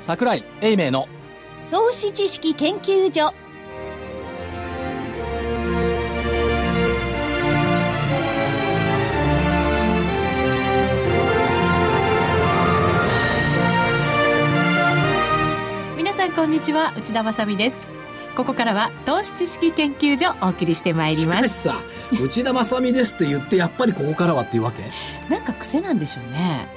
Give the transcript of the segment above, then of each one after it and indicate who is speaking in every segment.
Speaker 1: 桜井英明の
Speaker 2: 投資知識研究所
Speaker 3: 皆さんこんにちは内田まさみですここからは投資知識研究所お送りしてまいり
Speaker 1: し
Speaker 3: ま
Speaker 1: かし
Speaker 3: す
Speaker 1: さ内田まさみですって言ってやっぱりここからはっていうわけ
Speaker 3: なんか癖なんでしょうね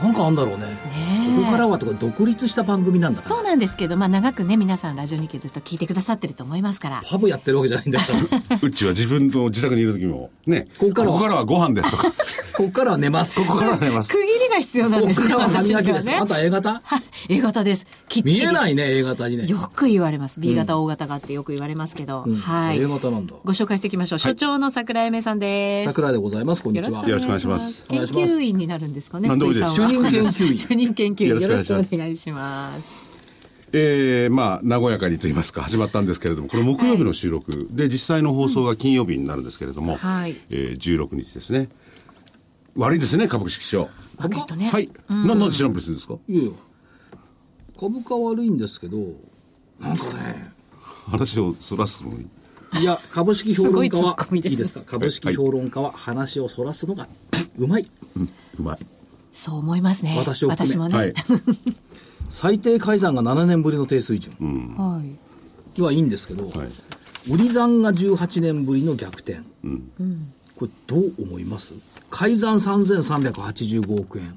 Speaker 1: なんかあんだろうね
Speaker 3: ねえ
Speaker 1: ここからはとか独立した番組なんだから
Speaker 3: そうなんですけど、まあ、長くね皆さんラジオ日経ずっと聞いてくださってると思いますから
Speaker 1: パブやってるわけじゃないんだからこ
Speaker 4: うちは自分の自宅にいる時も、ね、
Speaker 1: ここからは
Speaker 4: はご飯ですとか、こ
Speaker 1: こからは寝ますこ
Speaker 4: こからは寝ます
Speaker 3: 区。切りが必要なん
Speaker 1: こ
Speaker 3: です
Speaker 1: か
Speaker 3: ね
Speaker 1: らは歯
Speaker 3: 私に
Speaker 1: 磨
Speaker 3: は
Speaker 1: きです、
Speaker 3: ね
Speaker 1: あとは A 型
Speaker 3: A 型ですきっちり
Speaker 1: 見えないね A 型にね
Speaker 3: よく言われます B 型、O 型がってよく言われますけど、
Speaker 1: うん
Speaker 3: はい
Speaker 1: A 型なんだ
Speaker 3: ご紹介していきましょう、所長の桜井芽さんです
Speaker 1: 桜井でございますこんにちは
Speaker 4: よろしくお願いします
Speaker 3: 研究員になるんですかね。
Speaker 4: 何でもいいです
Speaker 3: 福井さんは
Speaker 1: 主任研究員
Speaker 3: 主任研究員。よ
Speaker 4: よ
Speaker 3: ろ
Speaker 4: ろ
Speaker 3: し
Speaker 4: し
Speaker 3: く
Speaker 4: く
Speaker 3: お
Speaker 4: お
Speaker 3: 願
Speaker 4: 願
Speaker 3: い
Speaker 4: い
Speaker 3: し
Speaker 4: し
Speaker 3: ま
Speaker 4: ます
Speaker 3: す。
Speaker 4: えー、まあ、和やかにと言いますか、始まったんですけれども、これ木曜日の収録で、実際の放送が金曜日になるんですけれども、
Speaker 3: はい
Speaker 4: えー、16日ですね。悪いですね、株式市場。
Speaker 3: マーケットね。
Speaker 4: はい。な、なんで知らんぷりするんですか
Speaker 1: いやいや株価悪いんですけどなんかね
Speaker 4: 話をそらすのに。
Speaker 1: いや株式評論家
Speaker 3: すごい
Speaker 1: は
Speaker 3: ツッコミです
Speaker 1: い
Speaker 3: ね
Speaker 1: いですか株式評論家は話をそらすのがうまい
Speaker 4: うん、うまい。
Speaker 3: そう思いますね。
Speaker 1: 私を含め
Speaker 3: もね。
Speaker 4: は
Speaker 3: はいい。。
Speaker 1: 最低改ざんが7年ぶりの低水準はいいんですけど、
Speaker 4: はい。
Speaker 1: 売り算が18年ぶりの逆転、これどう思います改ざん3385億円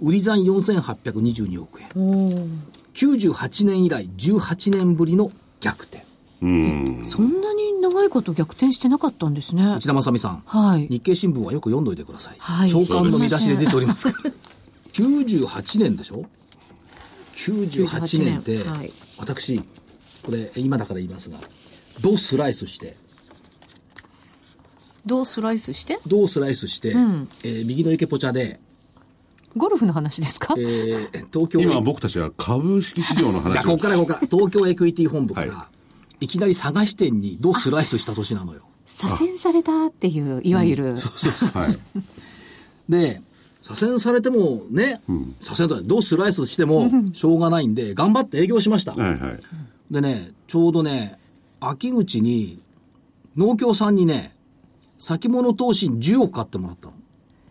Speaker 1: 売り算4822億円98年以来18年ぶりの逆転
Speaker 4: うん。
Speaker 3: そんなに長いこと逆転してなかったんですね
Speaker 1: 内。田正美さん、
Speaker 3: はい
Speaker 1: 日経新聞はよく読んどいてください、
Speaker 3: はい
Speaker 1: 長官の見出しで出ておりますから 98年でしょ98年って、
Speaker 3: 98はい
Speaker 1: 私これ今だから言いますがどうスライスして
Speaker 3: どうスライスして？
Speaker 1: どうスライスして、えー右の池ポチャで、
Speaker 3: ゴルフの話ですか
Speaker 1: え？ー東京へ
Speaker 4: 今僕たちは株式市場の
Speaker 1: いや
Speaker 4: 話
Speaker 1: こ
Speaker 4: を
Speaker 1: こからここから東京エクイティ本部から、、
Speaker 4: はい
Speaker 1: きなり佐賀支店にどうスライスした年なのよ
Speaker 3: 左遷されたっていういわゆる。
Speaker 4: はい。
Speaker 1: で左遷されてもね、左遷とはどうスライスしてもしょうがないんで頑張って営業しま した、
Speaker 4: はいはい。
Speaker 1: でね、ちょうどね、秋口に、農協さんにね、先物投資に10億買ってもらった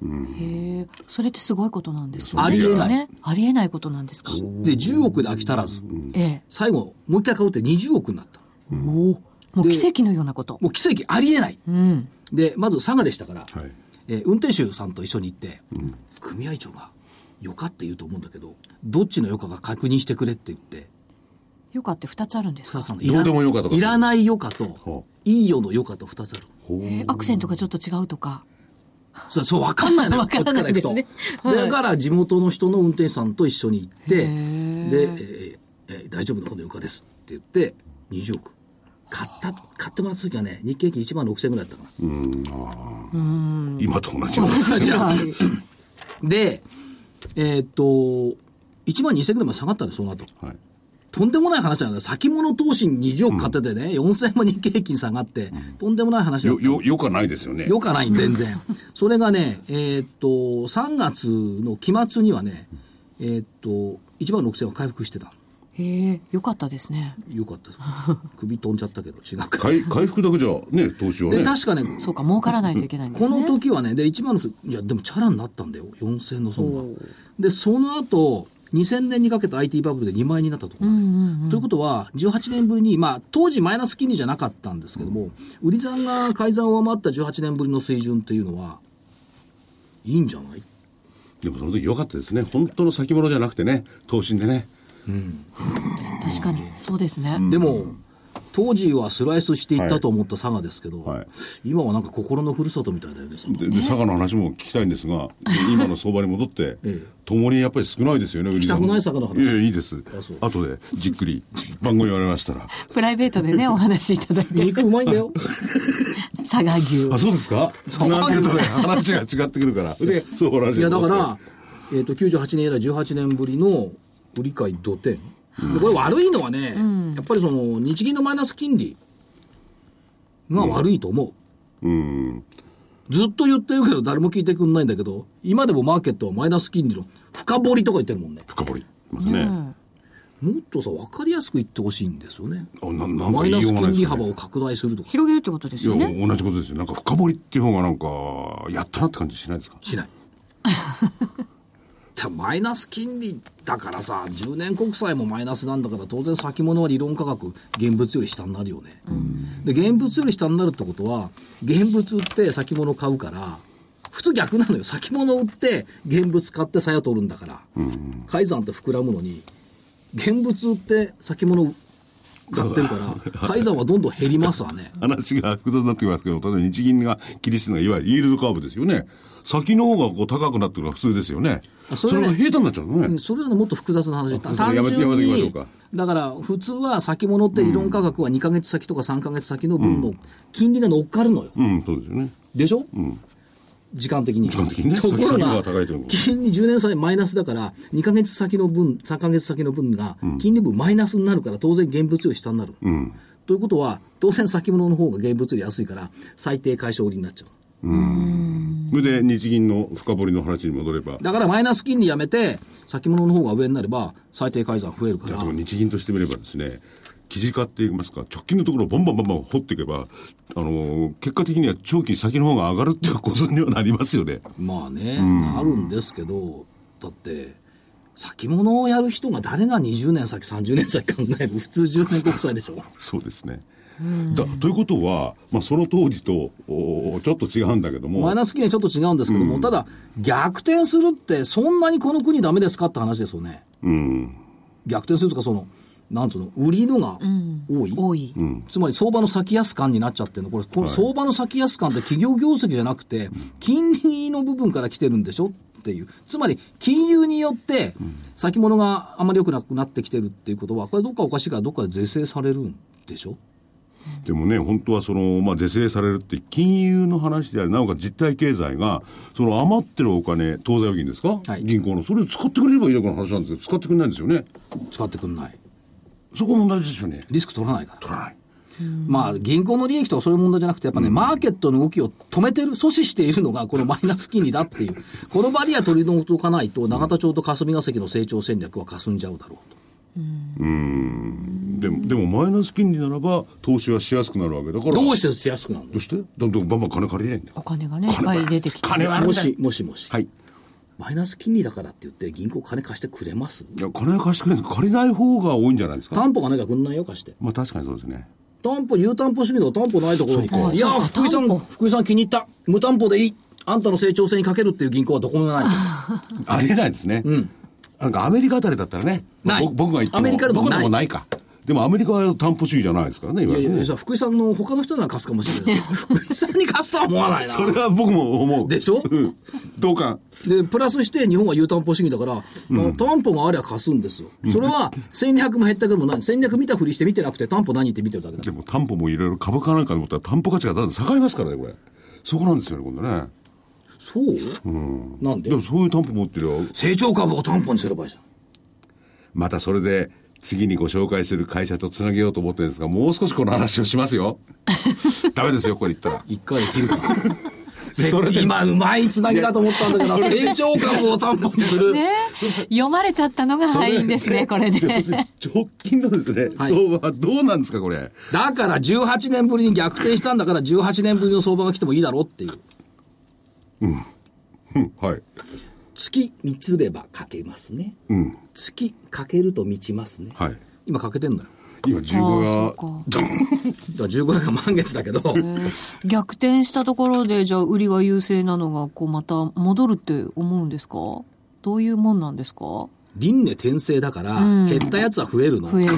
Speaker 1: の。
Speaker 3: へえ。それってすごいことなんですよね。
Speaker 1: ありえない
Speaker 3: ね。ありえないことなんですか？
Speaker 1: で、10億で飽き足らず、
Speaker 3: ええ。
Speaker 1: 最後、もう一回買おうって20億になった。
Speaker 3: もう
Speaker 1: で
Speaker 3: 奇跡のようなこと。
Speaker 1: もう奇跡ありえない。
Speaker 3: うん。
Speaker 1: で、まず佐賀でしたから、
Speaker 4: はい。
Speaker 1: えー運転手さんと一緒に行って、組合長が、よかって言うと思うんだけど、どっちのよかか確認してくれって言って、
Speaker 3: よかって二つあるんです
Speaker 1: 二
Speaker 3: か
Speaker 1: つ？あるの
Speaker 4: どうでもよかとか
Speaker 1: いらないよか
Speaker 4: は
Speaker 1: と
Speaker 4: あ、
Speaker 1: いいよのよかと二つある。
Speaker 4: ほう
Speaker 3: えーアクセントがちょっと違うとか。
Speaker 1: そう、そう、わかんないのよ、
Speaker 3: わ
Speaker 1: こ
Speaker 3: か
Speaker 1: っ
Speaker 3: ら
Speaker 1: ち
Speaker 3: な
Speaker 1: か
Speaker 3: い
Speaker 1: ら行くと。
Speaker 3: ですねはい
Speaker 1: だから、地元の人の運転手さんと一緒に行って、で、え
Speaker 3: ー
Speaker 1: ーえー大丈夫だ、この床ですって言って、20億。買った、買ってもらった時はね、日経平均1万6000円ぐらいだったか
Speaker 4: うん、あー今と同じ ようです。
Speaker 3: はい
Speaker 1: な。 で、えーっと、1万2000円ぐらいまで下がったんで、その後。
Speaker 4: はい。
Speaker 1: とんでもない話なんだよ。先物投資に20億買っててね、4000円も日経平均下がって、とんでもない話だっ
Speaker 4: よ、
Speaker 1: たの
Speaker 4: よ、よかないですよ ね。
Speaker 1: よかない、全然。それがね、えーっと、3月の期末にはね、えーっと、1万6000は回復してた。
Speaker 3: へえ、よかったですね。
Speaker 1: よか ったです。首飛んじゃったけど、違 うか。
Speaker 4: 回回復だけじゃ、ね、投資は
Speaker 1: で、
Speaker 4: ね。
Speaker 1: 確かね、
Speaker 3: そうか、儲からないといけないんです
Speaker 1: こ
Speaker 3: ね。
Speaker 1: の時はね、で、1万6000、いや、でもチャラになったんだよ、4000の損が。で、その後、2000年にかけた IT バブルで2万円になったところ、ということは、18年ぶりに、まあ、当時マイナス金利じゃなかったんですけども、売り算が改ざんを上回った18年ぶりの水準っていうのは、いいんじゃない
Speaker 4: でもその時良かったですね。本当の先物じゃなくてね、投資でね。
Speaker 3: 確かに、そうですね。
Speaker 1: でも、当時はスライスしていったと思った佐賀ですけど、
Speaker 4: はい
Speaker 1: 今はなんか心のふるさとみたいだよね、佐賀
Speaker 4: で、で佐賀の話も聞きたいんですが、今の相場に戻って
Speaker 1: ええ、
Speaker 4: ともにやっぱり少ないですよね、売り
Speaker 1: きたくない佐賀の話
Speaker 4: いやいやいいです
Speaker 1: そう。
Speaker 4: 後で、じっくり、番号言われましたら。
Speaker 3: プライベートでね、お話しいただいて、
Speaker 1: 肉うまいん だよ。
Speaker 3: 佐賀牛。
Speaker 4: あ、そうですかなんていうとね、話が違ってくるから。で、そう話
Speaker 1: い
Speaker 4: が
Speaker 1: や、だ
Speaker 4: 戻
Speaker 1: か
Speaker 4: って
Speaker 1: ら、えっ、と、98年以来18年ぶりの売り買い土点。で、これ悪いのはね、やっぱりその、日銀のマイナス金利が悪いと思う。
Speaker 4: うん。
Speaker 1: ずっと言ってるけど、誰も聞いてくんないんだけど、今でもマーケットはマイナス金利の深掘りとか言ってるもんね。
Speaker 4: 深掘り。ますね。
Speaker 1: もっとさ、分かりやすく言ってほしいんですよね。
Speaker 4: あななんか
Speaker 1: マイナ
Speaker 4: 言いよ
Speaker 1: ス
Speaker 4: うがな
Speaker 1: 金
Speaker 4: いです
Speaker 1: 利
Speaker 4: か
Speaker 1: 幅
Speaker 4: ね
Speaker 1: を拡大するとか、
Speaker 3: 広げるってことですよね
Speaker 4: いや同じことですよなんか深掘りっていう方がなんかやったなって感じしないですか
Speaker 1: しない。 でもマイナス金利だからさ、10年国債もマイナスなんだから、当然先物は理論価格、現物より下になるよね。で、現物より下になるってことは、現物売って先物買うから、普通逆なのよ。先物売って、現物買って鞘取るんだから、改ざんって膨らむのに、現物売って先物買ってるから、改ざ んはどんどん減りますわね。
Speaker 4: 話が複雑になってきますけど例えば日銀が切り捨てるのはいわゆるイールドカーブですよね先の方がこう高くなってるのが普通ですよね
Speaker 1: あ
Speaker 4: そ
Speaker 1: それね
Speaker 4: れが平坦になっちゃうのね、
Speaker 1: うんそれはもっと複雑な話だ
Speaker 4: あ
Speaker 1: 単
Speaker 4: やめてや
Speaker 1: 純
Speaker 4: めていきましょ
Speaker 1: に
Speaker 4: うか
Speaker 1: だから普通は先物って理論価格は2か月先とか3か月先の分の金利が乗っかるのよ、
Speaker 4: うん、そうですよね。
Speaker 1: でしょ、時間的に
Speaker 4: 時間的にね
Speaker 1: ところが
Speaker 4: 先の方が高いというの
Speaker 1: 金利10年債マイナスだから2か月先の分3か月先の分が金利分マイナスになるから当然現物より下になる、
Speaker 4: うん。
Speaker 1: ということは当然先物の方が現物より安いから最低解消売りになっちゃう
Speaker 4: それで日銀の深掘りの話に戻れば、
Speaker 1: だからマイナス金利やめて先物の方が上になれば最低改ざん増えるか
Speaker 4: じゃ
Speaker 1: ら
Speaker 4: あ日銀としてみればですね、記事化って言いますか、直近のところをボンボンボンボン掘っていけば、あのー、結果的には長期先の方が上がるっていう構図にはなりますよね。
Speaker 1: まあね、あるんですけど、だって、先物をやる人が誰が20年先、30年先考える、普通10年国債でしょ。
Speaker 4: そうですね。だということは、まあ、その当時とおーちょっと違うんだけども、
Speaker 1: マイナス金利はちょっと違うんですけども、ただ、逆転するって、そんなにこの国ダメですかって話ですよね。
Speaker 4: うん、
Speaker 1: 逆転するとか、その、なんつうの、売りのが多い。
Speaker 3: 多い、
Speaker 1: つまり相場の先安感になっちゃってるの、これ、この相場の先安感って企業業績じゃなくて、金利の部分から来てるんでしょっていう、つまり金融によって、先物があまり良くなくなってきてるっていうことは、これ、どっかおかしいから、どっかで是正されるんでしょ
Speaker 4: でもね、本当はその、まあ、是正されるって、金融の話であり、なおかつ実体経済が、その余ってるお金、当座預金ですか、
Speaker 1: はい
Speaker 4: 銀行の、それを使ってくれればいいだけの話なんですけど、使ってくれないんですよね。
Speaker 1: 使ってくんない、
Speaker 4: そこ問題ですよね。
Speaker 1: リスク取らないから、
Speaker 4: 取らない。
Speaker 1: まあ、銀行の利益とかそういう問題じゃなくて、やっぱね、マーケットの動きを止めてる、阻止しているのが、このマイナス金利だっていう、このバリア取り除かないと、永田町と霞が関の成長戦略は霞んじゃうだろうと。
Speaker 4: でも、でもマイナス金利ならば、投資はしやすくなるわけだから。
Speaker 1: どう
Speaker 4: し
Speaker 1: して手安くなるの
Speaker 4: どうしてだってバンバン金借りれないんだよ
Speaker 3: お金がねいっぱい出てきて
Speaker 4: 金はある
Speaker 1: も
Speaker 4: んだよ
Speaker 1: し、もしもし。
Speaker 4: はい。
Speaker 1: マイナス金利だからって言って、銀行金貸してくれます
Speaker 4: いや、金は貸してくれない借りない方が多いんじゃないですか。
Speaker 1: 担保がなきゃくんないよ、貸して。
Speaker 4: まあ、確かにそうですね。
Speaker 1: 担保、有担保主義の担保ないところに。
Speaker 3: そうか
Speaker 1: いや
Speaker 3: そう
Speaker 1: ー、
Speaker 3: か
Speaker 1: 福井さ
Speaker 3: 担保
Speaker 1: ん、福井さん気に入った。無担保でいい。あんたの成長性にかけるっていう銀行はどこもない。
Speaker 4: ありえないですね。なんかアメリカあたりだったらね、まあ
Speaker 1: ない
Speaker 4: 僕僕が言っても、
Speaker 1: アメリカでも
Speaker 4: 僕
Speaker 1: ない
Speaker 4: のとこないか。でもアメリカは担保主義じゃないですからね、い
Speaker 1: い
Speaker 4: わ
Speaker 1: や
Speaker 4: ゆ
Speaker 1: い
Speaker 4: る
Speaker 1: や
Speaker 4: ね
Speaker 1: いや、福井さんの他の人なら貸すかもしれない。福井さんに貸すとは思わないな。
Speaker 4: それは僕も思う。
Speaker 1: でしょ
Speaker 4: うん。同感。
Speaker 1: で、プラスして日本は有担保主義だから、担保がありゃ貸すんですよ。それは戦略も減ったけどもない。戦略見たふりして見てなくて担保何って見てるだけだ
Speaker 4: で。も担保もいろいろ株価なんかで思ったら担保価値がだんだん下がりますからね、これ。そこなんですよね、今度ね。
Speaker 1: そう、なんで
Speaker 4: でもそういう担保持ってりゃ、
Speaker 1: 成長株を担保にすればいいじゃん。
Speaker 4: またそれで次にご紹介する会社とつなげようと思ってるんですが、もう少しこの話をしま すよ。ダメですよ、これ言ったら。
Speaker 1: 一回で切るから。せ
Speaker 4: それで
Speaker 1: 今うまいつなぎだと思ったんだけどな成長株を担保にする、
Speaker 5: ね読まれちゃったのが敗因ですね、これね。
Speaker 4: 直近のですね、
Speaker 1: はい
Speaker 4: 相場はどうなんですか、これ。
Speaker 1: だから18年ぶりに逆転したんだから18年ぶりの相場が来てもいいだろうっていう
Speaker 4: うん、はい。
Speaker 1: 月満つればかけますね
Speaker 4: うん、
Speaker 1: 月かけると満ちますね、
Speaker 4: はい。
Speaker 1: 今かけてんのよ
Speaker 4: 今、
Speaker 3: ああ
Speaker 4: 15
Speaker 3: そ
Speaker 4: が
Speaker 3: うか、
Speaker 1: だ
Speaker 4: ドン
Speaker 1: から15年が満月だけど
Speaker 3: 逆転したところでじゃあ売りが優勢なのがこうまた戻るって思うんですかどういうもんなんですか増
Speaker 1: 輪廻転生だから
Speaker 3: ん
Speaker 1: 減ったやつは増えるの、
Speaker 3: える
Speaker 4: いい加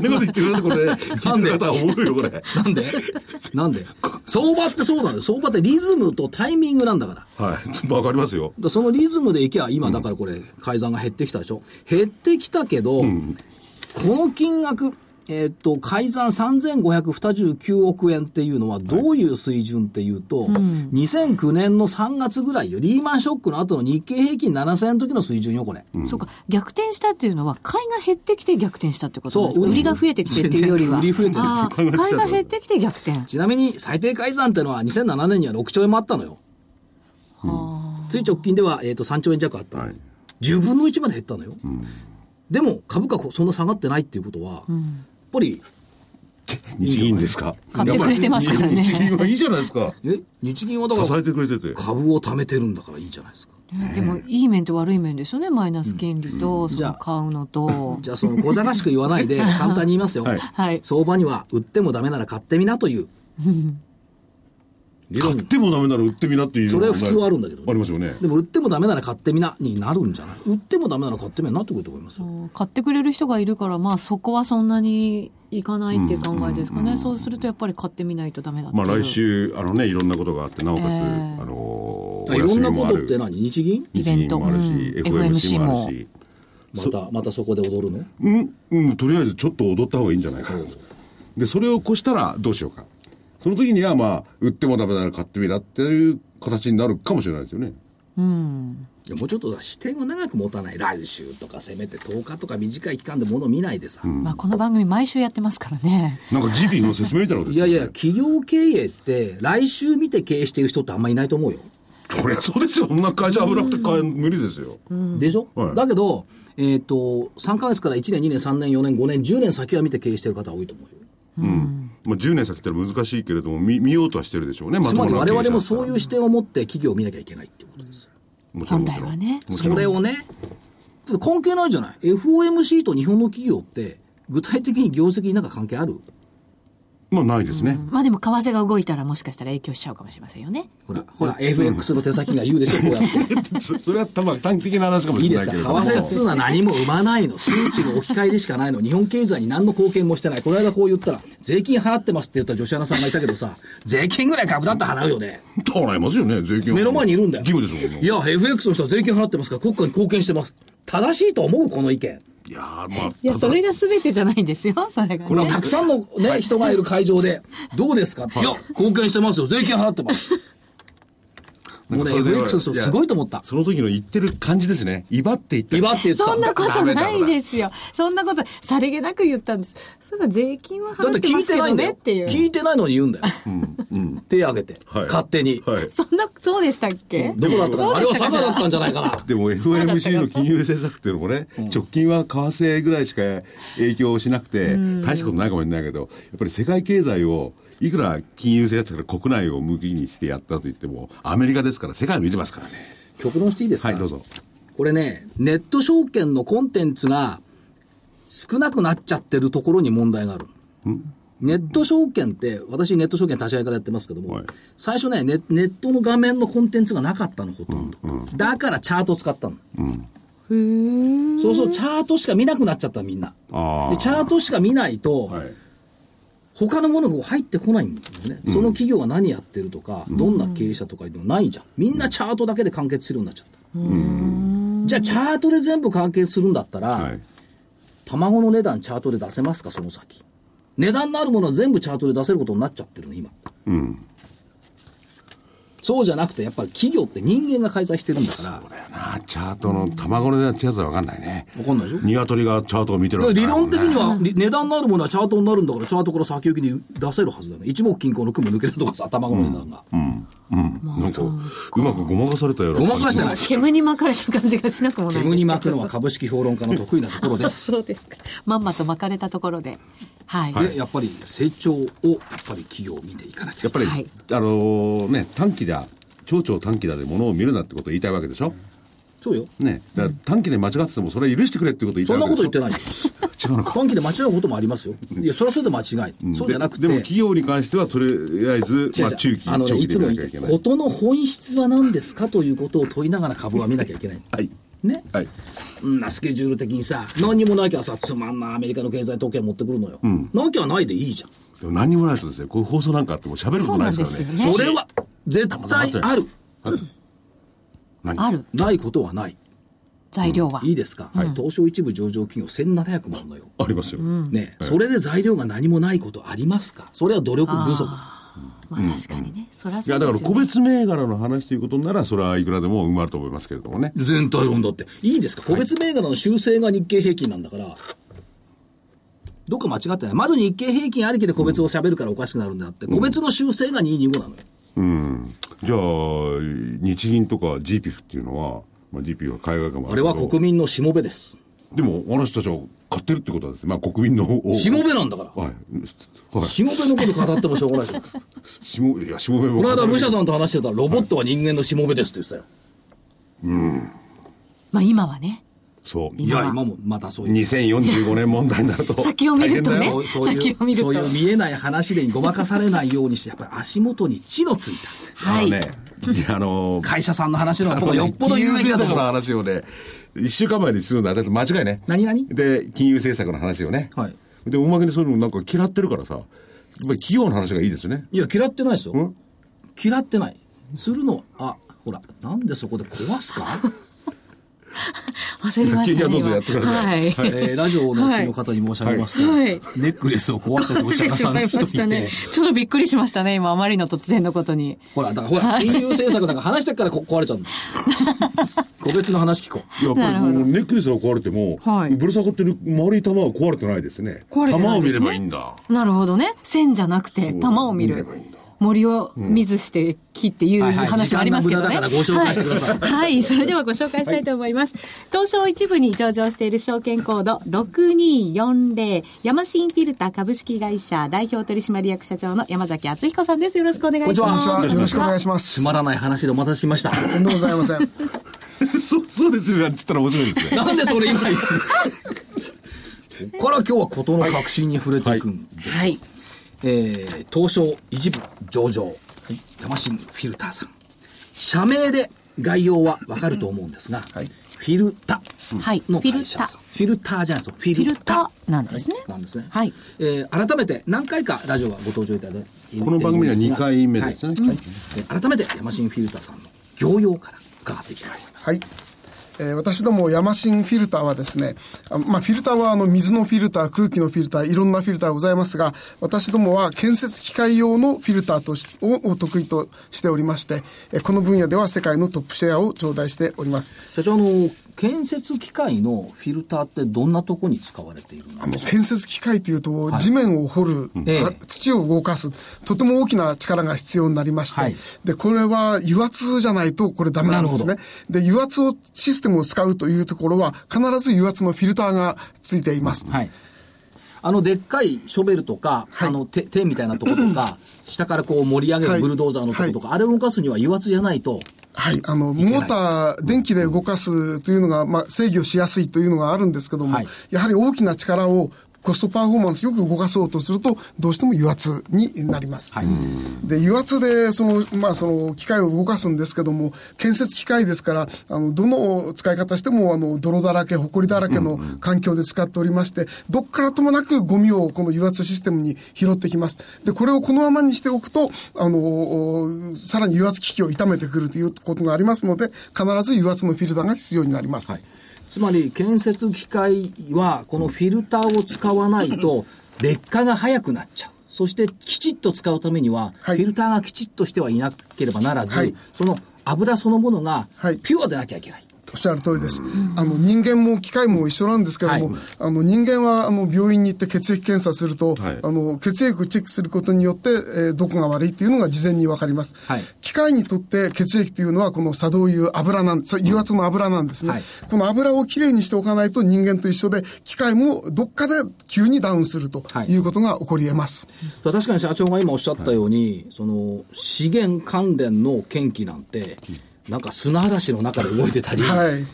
Speaker 4: 減なこと言ってくれるこれ、聞いてる方は思うよ、これ。
Speaker 1: なんでなんで相場ってそうなのよ相場ってリズムとタイミングなんだから
Speaker 4: はい。わかりますよ。
Speaker 1: だからそのリズムでいけば今だからこれ改ざんが減ってきたでしょ減ってきたけど、この金額えーっと改ざん3529億円っていうのはどういう水準っていうと、2009年の3月ぐらいよリーマンショックの後の日経平均7000円の時の水準よこれ、
Speaker 3: そうか逆転したっていうのは買いが減ってきて逆転したってことなんですか
Speaker 1: そう
Speaker 3: 売りが増えてきてっていうよりは
Speaker 1: 売り増えてる
Speaker 3: ああ買いが減ってきて逆転
Speaker 1: ちなみに最低改ざんっていうのは2007年には6兆円もあったのよつい直近では、えーっと3兆円弱あったの、
Speaker 4: はい
Speaker 1: 10分の1まで減ったのよ、でも株価そんな下がってないっていうことは、やっぱり、
Speaker 4: 日銀ですか
Speaker 3: 買ってくれてますからね
Speaker 4: やっぱり日銀はいいじゃないですか
Speaker 1: え日銀はだか
Speaker 4: 支え
Speaker 1: ら
Speaker 4: てくれてて
Speaker 1: 株を貯めてるんだからいいじゃないですか。
Speaker 3: でも、いい面と悪い面ですよね。マイナス金利と、そ
Speaker 1: じゃ
Speaker 3: の
Speaker 1: あ
Speaker 3: 買うのと。
Speaker 1: じゃあその小賢しく言わ ないで簡単に言いますよ。
Speaker 4: はい
Speaker 3: はい。
Speaker 1: 相場には売ってもダメなら買ってみなという理
Speaker 4: 買っ
Speaker 1: 論。
Speaker 4: てもダメなら売ってみなっていう
Speaker 1: それは普通はあるんだけどね
Speaker 4: ありますよね
Speaker 1: でも売ってもダメなら買ってみなになるんじゃない売ってもダメなら買ってみなってくると思いますよ。
Speaker 3: 買ってくれる人がいるから、まあ、そこはそんなにいかないっていう考えですかね。そうすると、やっぱり買ってみないとダメだってい
Speaker 4: まあ
Speaker 3: う
Speaker 4: 来週あのねいろんなことがあってなおかつ、
Speaker 3: ええ
Speaker 4: あのお
Speaker 1: いろ
Speaker 4: 休
Speaker 1: ん
Speaker 4: み
Speaker 1: なこ
Speaker 4: もあ
Speaker 1: とっ
Speaker 4: る
Speaker 1: て何日銀
Speaker 3: イベント
Speaker 4: 日銀もあるし、
Speaker 3: うん
Speaker 4: FMC もあるし
Speaker 1: また、またそこで踊るの
Speaker 4: うん、うん、とりあえずちょっと踊った方がいいんじゃないかなと。で、それを越したらどうしようか。その時にはまあ、売ってもダメなら買ってみなっていう形になるかもしれないですよね。
Speaker 1: いやもうちょっとさ視点を長く持たない来週とかせめて10日とか短い期間で物を見ないでさ、
Speaker 3: まあ、この番組毎週やってますからね。
Speaker 4: なんか GP の説明みたいなこと
Speaker 1: いやいや
Speaker 4: 言って
Speaker 1: 企業経営って来週見て経営してる人ってあんまいないと思うよ、
Speaker 4: ますねそりゃそうですよ。そんな会社危なくて買え無理ですよ。
Speaker 1: でしょ、
Speaker 4: はい
Speaker 1: だけどえっ、と3ヶ月から1年2年3年4年5年10年先は見て経営してる方多いと思うよ
Speaker 4: うん。まあ、10年先ってのは難しいけれども、見見ようとはしてるでしょうね。ま
Speaker 1: つ
Speaker 4: と
Speaker 1: ま
Speaker 4: も
Speaker 1: り
Speaker 4: な
Speaker 1: 我
Speaker 4: 経営者だったら
Speaker 1: 々もそういう視点を持って企業を見なきゃいけないっていうことですよ
Speaker 4: もちろん
Speaker 3: 本来はね
Speaker 4: もちろ
Speaker 1: そ
Speaker 4: んもち
Speaker 1: れ
Speaker 4: ろん
Speaker 1: をね、だって関係ないじゃない。FOMC と日本の企業って、具体的に業績になんか関係ある
Speaker 4: まあ、ないですね。
Speaker 3: まあ、でも、為替が動いたら、もしかしたら影響しちゃうかもしれませんよね。
Speaker 1: ほら、ほら、FX の手先が言うでしょ、こうや って。
Speaker 4: そそれは多分短期的な話かも
Speaker 1: い
Speaker 4: し
Speaker 1: い
Speaker 4: れ
Speaker 1: で
Speaker 4: ない
Speaker 1: す
Speaker 4: け
Speaker 1: か
Speaker 4: れ
Speaker 1: 為
Speaker 4: ども。
Speaker 1: 替っつうのは何も生まないの。数値の置き換えでしかないの。日本経済に何の貢献もしてない。この間こう言ったら、税金払ってますって言った女子アナさんがいたけどさ、税金ぐらい株だって払うよね。
Speaker 4: 払いますよね、税金は
Speaker 1: 目の前にいるんだよ。
Speaker 4: 義務ですもんね。
Speaker 1: いや、FX の人は税金払ってますから、国家に貢献してます。正しいと思うこの意見。
Speaker 4: いやーまあ、
Speaker 3: いや、
Speaker 4: ただ
Speaker 3: それが全てじゃないんですよ。 それが、
Speaker 1: これ
Speaker 3: ね
Speaker 1: は。たくさんのね、人がいる会場で、どうですか、い、や、貢献してますよ。税金払ってます。もうね、
Speaker 4: それでは
Speaker 1: FX の人
Speaker 4: いや
Speaker 1: すごいと思った。
Speaker 4: その時の言ってる感じですね。威張って言って
Speaker 1: 威
Speaker 4: る
Speaker 1: 張って言ってた。
Speaker 3: そんな
Speaker 1: だ
Speaker 3: ことない
Speaker 4: ダメだ
Speaker 3: ですよ。そんなこと、さりげなく言ったんです。そういえば税金は
Speaker 1: っ
Speaker 3: 払
Speaker 1: て
Speaker 3: って
Speaker 1: 聞
Speaker 3: ま
Speaker 1: い
Speaker 3: す
Speaker 1: て
Speaker 3: け
Speaker 1: ない
Speaker 3: ど
Speaker 1: んだ
Speaker 3: ねっ
Speaker 1: よ。
Speaker 3: ていう。
Speaker 1: 聞いてないのに言うんだよ。手挙げて、
Speaker 4: はい
Speaker 1: 勝手に。
Speaker 4: はい。
Speaker 3: そんな、そうでしたっけ
Speaker 1: どこだったかなあれは
Speaker 3: そうでした
Speaker 1: 佐賀だったんじゃない かな。
Speaker 4: で も FOMC の金融政策っていうのもね、直近は為替ぐらいしか影響しなくて、大したことないかもしれないけど、やっぱり世界経済を、いくら金融政策から国内を向きにしてやったと言っても、アメリカですから、世界見てますからね。
Speaker 1: 極論していいですか
Speaker 4: はい、どうぞ。
Speaker 1: これね、ネット証券のコンテンツが少なくなっちゃってるところに問題がある。ネット証券って、私ネット証券立ち上げからやってますけども、
Speaker 4: はい
Speaker 1: 最初ねネ、ネットの画面のコンテンツがなかったの、ほとんど。だからチャート使ったの。そうそう、チャートしか見なくなっちゃったみんな。
Speaker 4: あ
Speaker 1: で、チャートしか見ないと、
Speaker 4: トはい。
Speaker 1: 他のものが入ってこないんだよね。その企業が何やってるとか、どんな経営者とかいうのないじゃん。みんなチャートだけで完結するようになっちゃった。じゃあチャートで全部完結するんだったら、
Speaker 4: はい。
Speaker 1: 卵の値段チャートで出せますか、その先。値段のあるものは全部チャートで出せることになっちゃってるの、今。
Speaker 4: うん。
Speaker 1: そうじゃなくて、やっぱり企業って人間が介在してるんだから、わ
Speaker 4: だよな、チャートの卵の値段ってやつは分かんないね。
Speaker 1: かんないでしょ
Speaker 4: 鶏がチャートを見てるわけ
Speaker 1: 理
Speaker 4: だから
Speaker 1: 論的に
Speaker 4: ね
Speaker 1: は、り値段のあるものはチャートになるんだから、チャートから先行きに出せるはずだよね。一目均衡の雲抜けたとかさ、卵の値段が。
Speaker 4: うん。なんか、うまくごまかされたような
Speaker 1: ごま
Speaker 4: 感
Speaker 1: か
Speaker 4: じ
Speaker 1: してない。
Speaker 3: 煙に巻かれた感じがしなくもないですけど。
Speaker 1: 煙に巻くのは株式評論家の得意なところです。
Speaker 3: そうですか。まんまと巻かれたところで。はい。
Speaker 1: で、やっぱり成長を、やっぱり企業を見ていかなきゃ
Speaker 4: やっ。ぱり、
Speaker 3: はい
Speaker 4: あのーね、短期だ、長々短期だで物を見るなってことを言いたいわけでしょ。
Speaker 1: そうよ。
Speaker 4: ね、だから短期で間違っててもそれは許してくれってことを言いた
Speaker 1: そ
Speaker 4: い
Speaker 1: んな
Speaker 4: わけ
Speaker 1: こと
Speaker 4: でし
Speaker 1: 言
Speaker 4: ょ
Speaker 1: ってないよ。
Speaker 4: 違うのか。
Speaker 1: 短期で間違うこともありますよ。いや、それはそれで間違い。そうじゃなくて。
Speaker 4: ででも企業に関してはとりあえず、
Speaker 1: 違う
Speaker 4: ま
Speaker 1: 違
Speaker 4: あ、
Speaker 1: う
Speaker 4: 中期、
Speaker 1: あのね
Speaker 4: 長期
Speaker 1: い
Speaker 4: で
Speaker 1: つも
Speaker 4: 見なき
Speaker 1: 言っ
Speaker 4: ゃ
Speaker 1: て
Speaker 4: いけ
Speaker 1: る
Speaker 4: ない。
Speaker 1: ことの本質は何ですかということを問いながら株は見なきゃいけない。
Speaker 4: はい。
Speaker 1: ね。
Speaker 4: はい。
Speaker 1: うんなスケジュール的にさ、何にもなきゃさ、つまんないアメリカの経済統計持ってくるのよ。なきゃないでいいじゃん。
Speaker 4: でも何にもないとですね、こういう放送なんかあっても喋ることないで
Speaker 3: そ
Speaker 4: すから
Speaker 3: うなん
Speaker 4: ね。
Speaker 3: ですよね
Speaker 1: それは、絶対ある。
Speaker 4: 何
Speaker 3: ある。
Speaker 1: ないことはない。
Speaker 3: 材料は。
Speaker 1: いいですか、東証一部上場企業1700もあるのよ。
Speaker 4: ありますよ。
Speaker 1: ね、それで材料が何もないことありますかそれは努力不足。
Speaker 3: まあ確かにね。そら
Speaker 4: い
Speaker 3: そう
Speaker 4: や、
Speaker 3: で
Speaker 4: だ
Speaker 3: す
Speaker 4: か
Speaker 3: よ
Speaker 4: ら
Speaker 3: ね
Speaker 4: 個別銘柄の話ということなら、それはいくらでも埋まると思いますけれどもね。
Speaker 1: 全体論だって。いいですか個別銘柄の修正が日経平均なんだから、どっか間違ってない。まず日経平均ありきで個別を喋るからおかしくなるんだって、個別の修正が225なのよ。
Speaker 4: うん。じゃあ、日銀とか GPF っていうのは、まあ、GPF は海外かも
Speaker 1: あれは国民のしもべです。
Speaker 4: でも、私たちは買ってるってことはですね、まあ国民の多く。
Speaker 1: しもべなんだから。
Speaker 4: はい。はい。
Speaker 1: しもべのこと語ってもしょうがないで しょ。
Speaker 4: しも、いや、しもべ
Speaker 1: こ
Speaker 4: も。
Speaker 1: の間、武者さんと話してたら、ロボットは人間のしもべですって言ってたよ。
Speaker 3: まあ今はね。
Speaker 4: そう。
Speaker 1: いや、
Speaker 3: 今
Speaker 1: 今もまたそういう。
Speaker 4: 2045年問題になると。
Speaker 3: 先を見るとね
Speaker 4: 大変だ
Speaker 1: そ
Speaker 4: よ
Speaker 1: うそうい
Speaker 3: 先を見
Speaker 1: う、
Speaker 3: ると
Speaker 1: そういう見えない話でごまかされないようにして、やっぱり足元に血のついた。
Speaker 4: あ
Speaker 3: は
Speaker 4: の
Speaker 3: い。
Speaker 4: ね、いや、あのー、
Speaker 1: 会社さんの話の方がよっぽど有益だと
Speaker 4: 金融政策の
Speaker 1: 思う。
Speaker 4: 話をね、一週間前にするのは、だって間違いね。
Speaker 1: 何々
Speaker 4: で、金融政策の話をね。
Speaker 1: はい。
Speaker 4: で、おまけにそういうのなんか嫌ってるからさ、やっぱり企業の話がいいですね。
Speaker 1: いや、嫌ってないですよ
Speaker 4: ん。
Speaker 1: 嫌ってない。するのは、あ、ほら、なんでそこで壊 すか
Speaker 3: 焦りまし
Speaker 4: いや
Speaker 3: たね。
Speaker 4: どうぞ
Speaker 3: 今
Speaker 4: やってくださ
Speaker 3: はい。
Speaker 1: えーラジオの聞きの方に申し上げますと、
Speaker 3: はいはい
Speaker 1: ネックレスを壊したっておっ しゃる方が一 人いて、
Speaker 3: ちょっとびっくりしましたね、今、あまりの突然のことに。
Speaker 1: ほら、だからほら、金融政策なんか話してっからこ壊れちゃうの。 個別の話聞こ
Speaker 4: やっぱりもうネックレスが壊れても、
Speaker 3: はい
Speaker 4: ぶら下がってる丸い玉は壊れてないですね。
Speaker 3: 壊れてないですね
Speaker 4: 玉を見ればいいんだ。
Speaker 3: なるほどね。線じゃなくて、玉を見
Speaker 4: 見れ
Speaker 3: る
Speaker 4: ばいいんだ。
Speaker 3: 森を見ずして木っていう
Speaker 1: はいはい
Speaker 3: 話もありますけどね。
Speaker 1: 時間の無駄だからご紹介してください
Speaker 3: はい、はいそれではご紹介したいと思います。東証一部に上場している証券コード6240、ヤマシンフィルター株式会社代表取締役社長の山崎敦彦さんです。よろしくお願いし
Speaker 1: こん
Speaker 3: ま
Speaker 1: に
Speaker 3: す。
Speaker 1: ちは
Speaker 6: よろしくお願い
Speaker 3: し
Speaker 6: しま
Speaker 1: う。
Speaker 6: す。
Speaker 1: つまらない話でお待たせしました。
Speaker 6: とんでもございません。
Speaker 4: そう、そうですね。つったら面白いで すね。
Speaker 1: なんでそれ今言 うここから今日は事の核心に触れていくんです。
Speaker 3: ます。はい。
Speaker 1: えー東証一部上場、はい、山新フィルターさん。社名で概要はわかると思うんですが、
Speaker 6: はい
Speaker 1: フィルタ
Speaker 3: はい
Speaker 1: の会社さん。フィルターじゃないですよ。フィ
Speaker 3: フィ
Speaker 1: ル
Speaker 3: ルタ
Speaker 1: タ
Speaker 3: ーなんですね。
Speaker 1: なんですね。
Speaker 3: はい。
Speaker 1: えー改めて何回かラジオはご登場いただいている
Speaker 4: この番組は2回目ですね
Speaker 1: はいはいえー改めて山新フィルターさんの業用から伺っていきたいと思います。
Speaker 6: はい。えー私ども、ヤマシンフィルターはですね、あまあ、フィルターはあの水のフィルター、空気のフィルター、いろんなフィルターございますが、私どもは建設機械用のフィルターとしをお得意としておりまして、えーこの分野では世界のトップシェアを頂戴しております。
Speaker 1: 社長あの建設機械のフィルターってどんなとこに使われているの
Speaker 6: あの建設機械というと、地面を掘る、
Speaker 1: え
Speaker 6: あ
Speaker 1: え
Speaker 6: 土を動かす、とても大きな力が必要になりまして、
Speaker 1: はい
Speaker 6: で、これは油圧じゃないとこれダメなんです
Speaker 1: な
Speaker 6: ね
Speaker 1: る。
Speaker 6: で、油圧を、システムを使うというところは、必ず油圧のフィルターがついています。
Speaker 1: はい。あの、でっかいショベルとか、
Speaker 6: はい
Speaker 1: あの、手、手みたいなとこと か、下からこう盛り上げ
Speaker 6: は
Speaker 1: る
Speaker 6: い
Speaker 1: ブルドーザーのとことか、あれを動かすには油圧じゃないと、
Speaker 6: はい。あの、モーター、電気で動かすというのが、まあ、制御しやすいというのがあるんですけども、
Speaker 1: はい
Speaker 6: やはり大きな力をコストパフォーマンスよく動かそうとすると、どうしても油圧になります。で、油圧で、その、まあ、その、機械を動かすんですけども、建設機械ですから、あの、どの使い方しても、あの、泥だらけ、埃だらけの環境で使っておりまして、どっからともなくゴミをこの油圧システムに拾ってきます。で、これをこのままにしておくと、あの、おさらに油圧機器を傷めてくるということがありますので、必ず油圧のフィルターが必要になります。
Speaker 1: つまり建設機械は、このフィルターを使わないと、 劣化が早くなっちゃう。そして、きちっと使うためには、
Speaker 6: はい
Speaker 1: フィルターがきちっとしてはいなければならず、
Speaker 6: はい
Speaker 1: その油そのものが
Speaker 6: はい、
Speaker 1: ピュアでなきゃいけない。
Speaker 6: おっしゃる通りです。あの、人間も機械も一緒なんですけど
Speaker 1: は
Speaker 6: も、
Speaker 1: い
Speaker 6: あの、人間は、あの、病院に行って血液検査すると、
Speaker 4: はい
Speaker 6: あの、血液をチェックすることによって、えーどこが悪いっていうのが事前にわかります。
Speaker 1: はい
Speaker 6: 機械にとって血液というのは、この作動油、油なん、さ油圧の油なんですね。
Speaker 1: はい
Speaker 6: この油をきれいにしておかないと人間と一緒で、機械もどっかで急にダウンすると
Speaker 1: はい
Speaker 6: いうことが起こり得ます。
Speaker 1: 確かに社長が今おっしゃったように、その資源関連の研機なんて、なんか砂嵐の中で動いてたり、
Speaker 6: はい。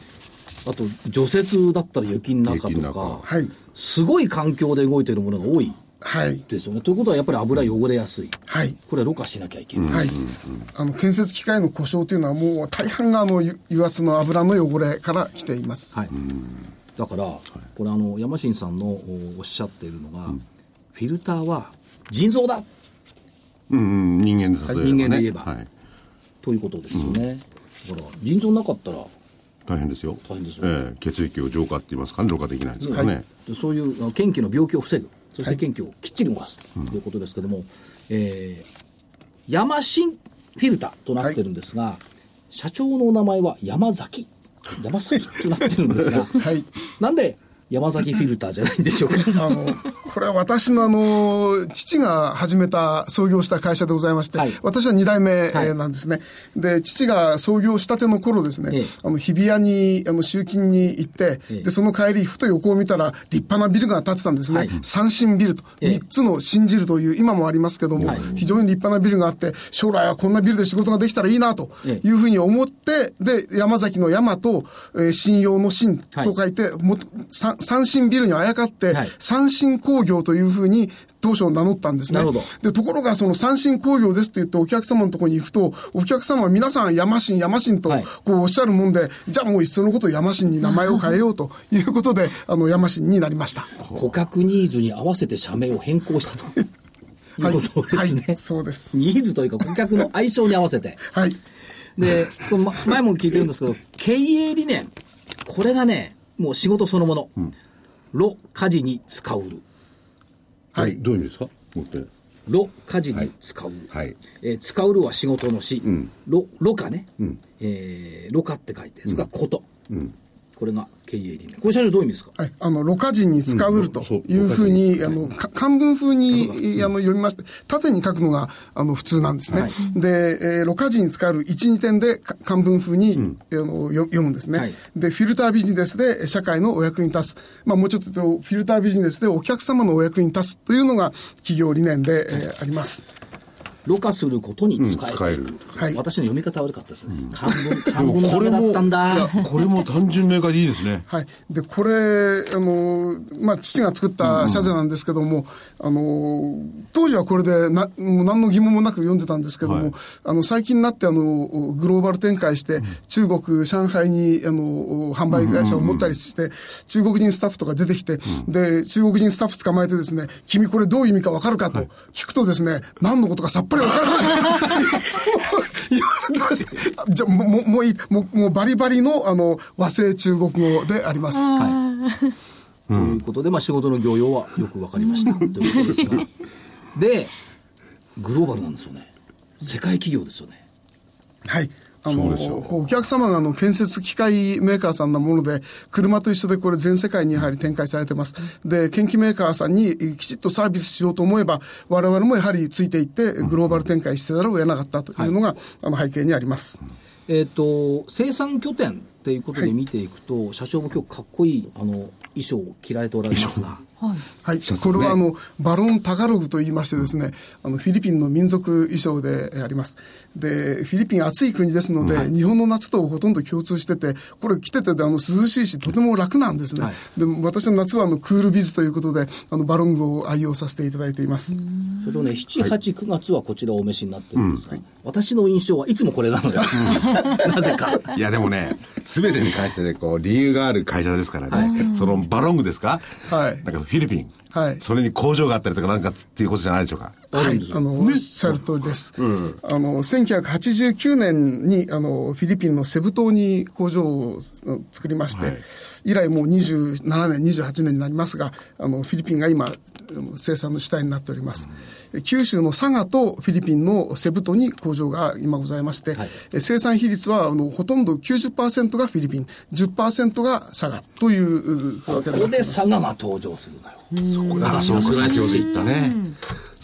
Speaker 1: あと除雪だったら雪の中と
Speaker 4: 雪の
Speaker 1: か、
Speaker 4: 中
Speaker 6: はい。
Speaker 1: すごい環境で動いてるものが多い
Speaker 6: はい。
Speaker 1: ですよね。ということはやっぱり油汚れやすい。
Speaker 6: はい。
Speaker 1: これはろ過しなきゃいけない。
Speaker 6: はい、あの建設機械の故障というのは、もう大半があの油油圧の油の汚れから来ています。
Speaker 1: はい。だから、これあの、山新さんのおおっしゃっているのが、フィルターは腎臓だ
Speaker 4: うんうん、人間で例えば、ね。
Speaker 1: はい人間で言えば
Speaker 4: はい。
Speaker 1: ということですよね。だから、腎臓なかったら、
Speaker 4: 大変ですよ。
Speaker 1: 大変ですよ
Speaker 4: ええ血液を浄化って言いますかね、ろ過できないですからね。
Speaker 1: そういうあの研究の病気を防ぐ、そして研究をきっちり動かすということですけども、えー、山新フィルターとなってるんですが、社長のお名前は山崎、山崎となってるんですが、
Speaker 6: はい
Speaker 1: なんで山崎フィルターじゃないんでしょうか。
Speaker 6: あの、これは私のあの、父が始めた、創業した会社でございまして、
Speaker 1: はい
Speaker 6: 私は2代目え
Speaker 1: はい
Speaker 6: ーなんですね。で、父が創業したての頃ですね、
Speaker 1: ええ
Speaker 6: あの、日比谷に、あの、集金に行って、
Speaker 1: ええ
Speaker 6: で、その帰り、ふと横を見たら、立派なビルが建ってたんですね。
Speaker 1: はい
Speaker 6: 三神ビルと、
Speaker 1: ええ
Speaker 6: 三つの信じるという、今もありますけども、
Speaker 1: はい
Speaker 6: 非常に立派なビルがあって、将来はこんなビルで仕事ができたらいいな、と
Speaker 1: え
Speaker 6: いうふうに思って、で、山崎の山と、えー信用の信と書いて、も三三神ビルにあやかって、
Speaker 1: はい
Speaker 6: 三神工業というふうに当初名乗ったんですね。
Speaker 1: なるほど
Speaker 6: で、ところがその三神工業ですって言ってお客様のところに行くと、お客様は皆さん山神山神と
Speaker 1: はい
Speaker 6: こうおっしゃるもんで、じゃあもういっそのこと山神に名前を変えようということで、あの山神になりました。
Speaker 1: 顧客ニーズに合わせて社名を変更したということで
Speaker 6: は
Speaker 1: す
Speaker 6: い
Speaker 1: ね。
Speaker 6: はい、そうです。
Speaker 1: ニーズというか顧客の相性に合わせて。
Speaker 6: はい。
Speaker 1: で、これま前も聞いてるんですけど、経営理念。これがね、もう仕事そのもの。ろ、家事に使うる。
Speaker 6: はい
Speaker 4: どういう意味ですかもう一遍
Speaker 1: ろ、家事に使うる。
Speaker 4: はい。
Speaker 1: えー使うるは仕事のし、ろ、ろかね。
Speaker 4: ん
Speaker 1: えーろかって書いて、それからこと。これが経営理念。これ社長どういう意味ですか
Speaker 6: はい、あの、ろ過時に使うると
Speaker 4: そう
Speaker 6: いうふうに、
Speaker 4: ろ過
Speaker 6: あ
Speaker 4: 時に
Speaker 6: の、か漢文風に、あの、読みまして、縦に書くのが、あの、普通なんですね。
Speaker 1: はい
Speaker 6: で、えーろ過時に使うる1、2点でか漢文風に、あのよ読むんですね、
Speaker 1: はい
Speaker 6: で、フィルタービジネスで社会のお役に立つ。まあ、もうちょっと言うと、フィルタービジネスでお客様のお役に立つというのが、企業理念で、えーあります。
Speaker 1: ろ過することに使
Speaker 4: うん
Speaker 1: え
Speaker 4: 使
Speaker 1: て
Speaker 4: え
Speaker 1: いく、
Speaker 4: る
Speaker 6: はい
Speaker 1: 私の読み方悪かったですね、漢文漢文のダメだったん
Speaker 7: い
Speaker 1: だ
Speaker 7: やこれも単純明快でいいですね。
Speaker 6: はい。で、これ、あの、まあ、父が作った社税なんですけども、あの、当時はこれでな、もう何の疑問もなく読んでたんですけども、
Speaker 4: はい
Speaker 6: あの、最近になって、あの、グローバル展開して、中国、上海に、あの、販売会社を持ったりして、中国人スタッフとか出てきて、で、中国人スタッフ捕まえてですね、君これどういう意味かわかるかと聞くとですね、何のことかさっぱりわからない。そう言われたじゃあ、もう、もういい、もう、もうバリバリの、あの、和製中国語であります。
Speaker 1: はい、ということで、まあ、仕事の業用はよくわかりましたということですがでグローバルなんですよね世界企業ですよね
Speaker 6: はい。あ
Speaker 4: そう
Speaker 6: の
Speaker 4: ですよ
Speaker 6: こうお客様があの建設機械メーカーさんなもので、車と一緒でこれ全世界にやはり展開されてます。で、研究メーカーさんにえきちっとサービスしようと思えば、我々もやはりついていって、グローバル展開してざるを得なかったというのが、あの背景にあります。
Speaker 1: えっ、と生産拠点っていうことで見ていくと、社長も今日かっこいいあの衣装を着られておられますが
Speaker 6: はい、これはあのバロン・タガログと言いましてですね、あのフィリピンの民族衣装でえーあります。で、フィリピン暑い国ですので、日本の夏とほとんど共通してて、これ着ててあの涼しいし、とても楽なんですね。
Speaker 1: はい
Speaker 6: でも私の夏はあのクールビズということで、あのバロングを愛用させていただいています。
Speaker 1: 社長ね789月はこちらをお召しになってるんですが、私の印象はいつもこれなのよなぜか
Speaker 4: いやでもね、すべてに関してね、こう、理由がある会社ですからね、そのバロングですか
Speaker 6: はい
Speaker 4: なんかフィリピン。
Speaker 6: はい
Speaker 4: それに工場があったりとかなんかっていうことじゃないでしょうか。
Speaker 1: あ
Speaker 6: は
Speaker 1: るん
Speaker 6: い
Speaker 1: です、よ
Speaker 6: あの、おっしゃる通りです。あの、1989年に、あの、フィリピンのセブ島に工場をあの作りまして、
Speaker 4: はい
Speaker 6: 以来もう27年、28年になりますが、あの、フィリピンが今、あの生産の主体になっております。九州の佐賀とフィリピンのセブ島に工場が今ございまして、
Speaker 1: はい
Speaker 6: え生産比率は、あの、ほとんど90%がフィリピン、10%が佐賀といううわ
Speaker 1: ここ
Speaker 6: けになっており
Speaker 1: で
Speaker 6: ます
Speaker 1: 佐賀が登場するのよ
Speaker 4: そこだからそうか、先ほど言ったね。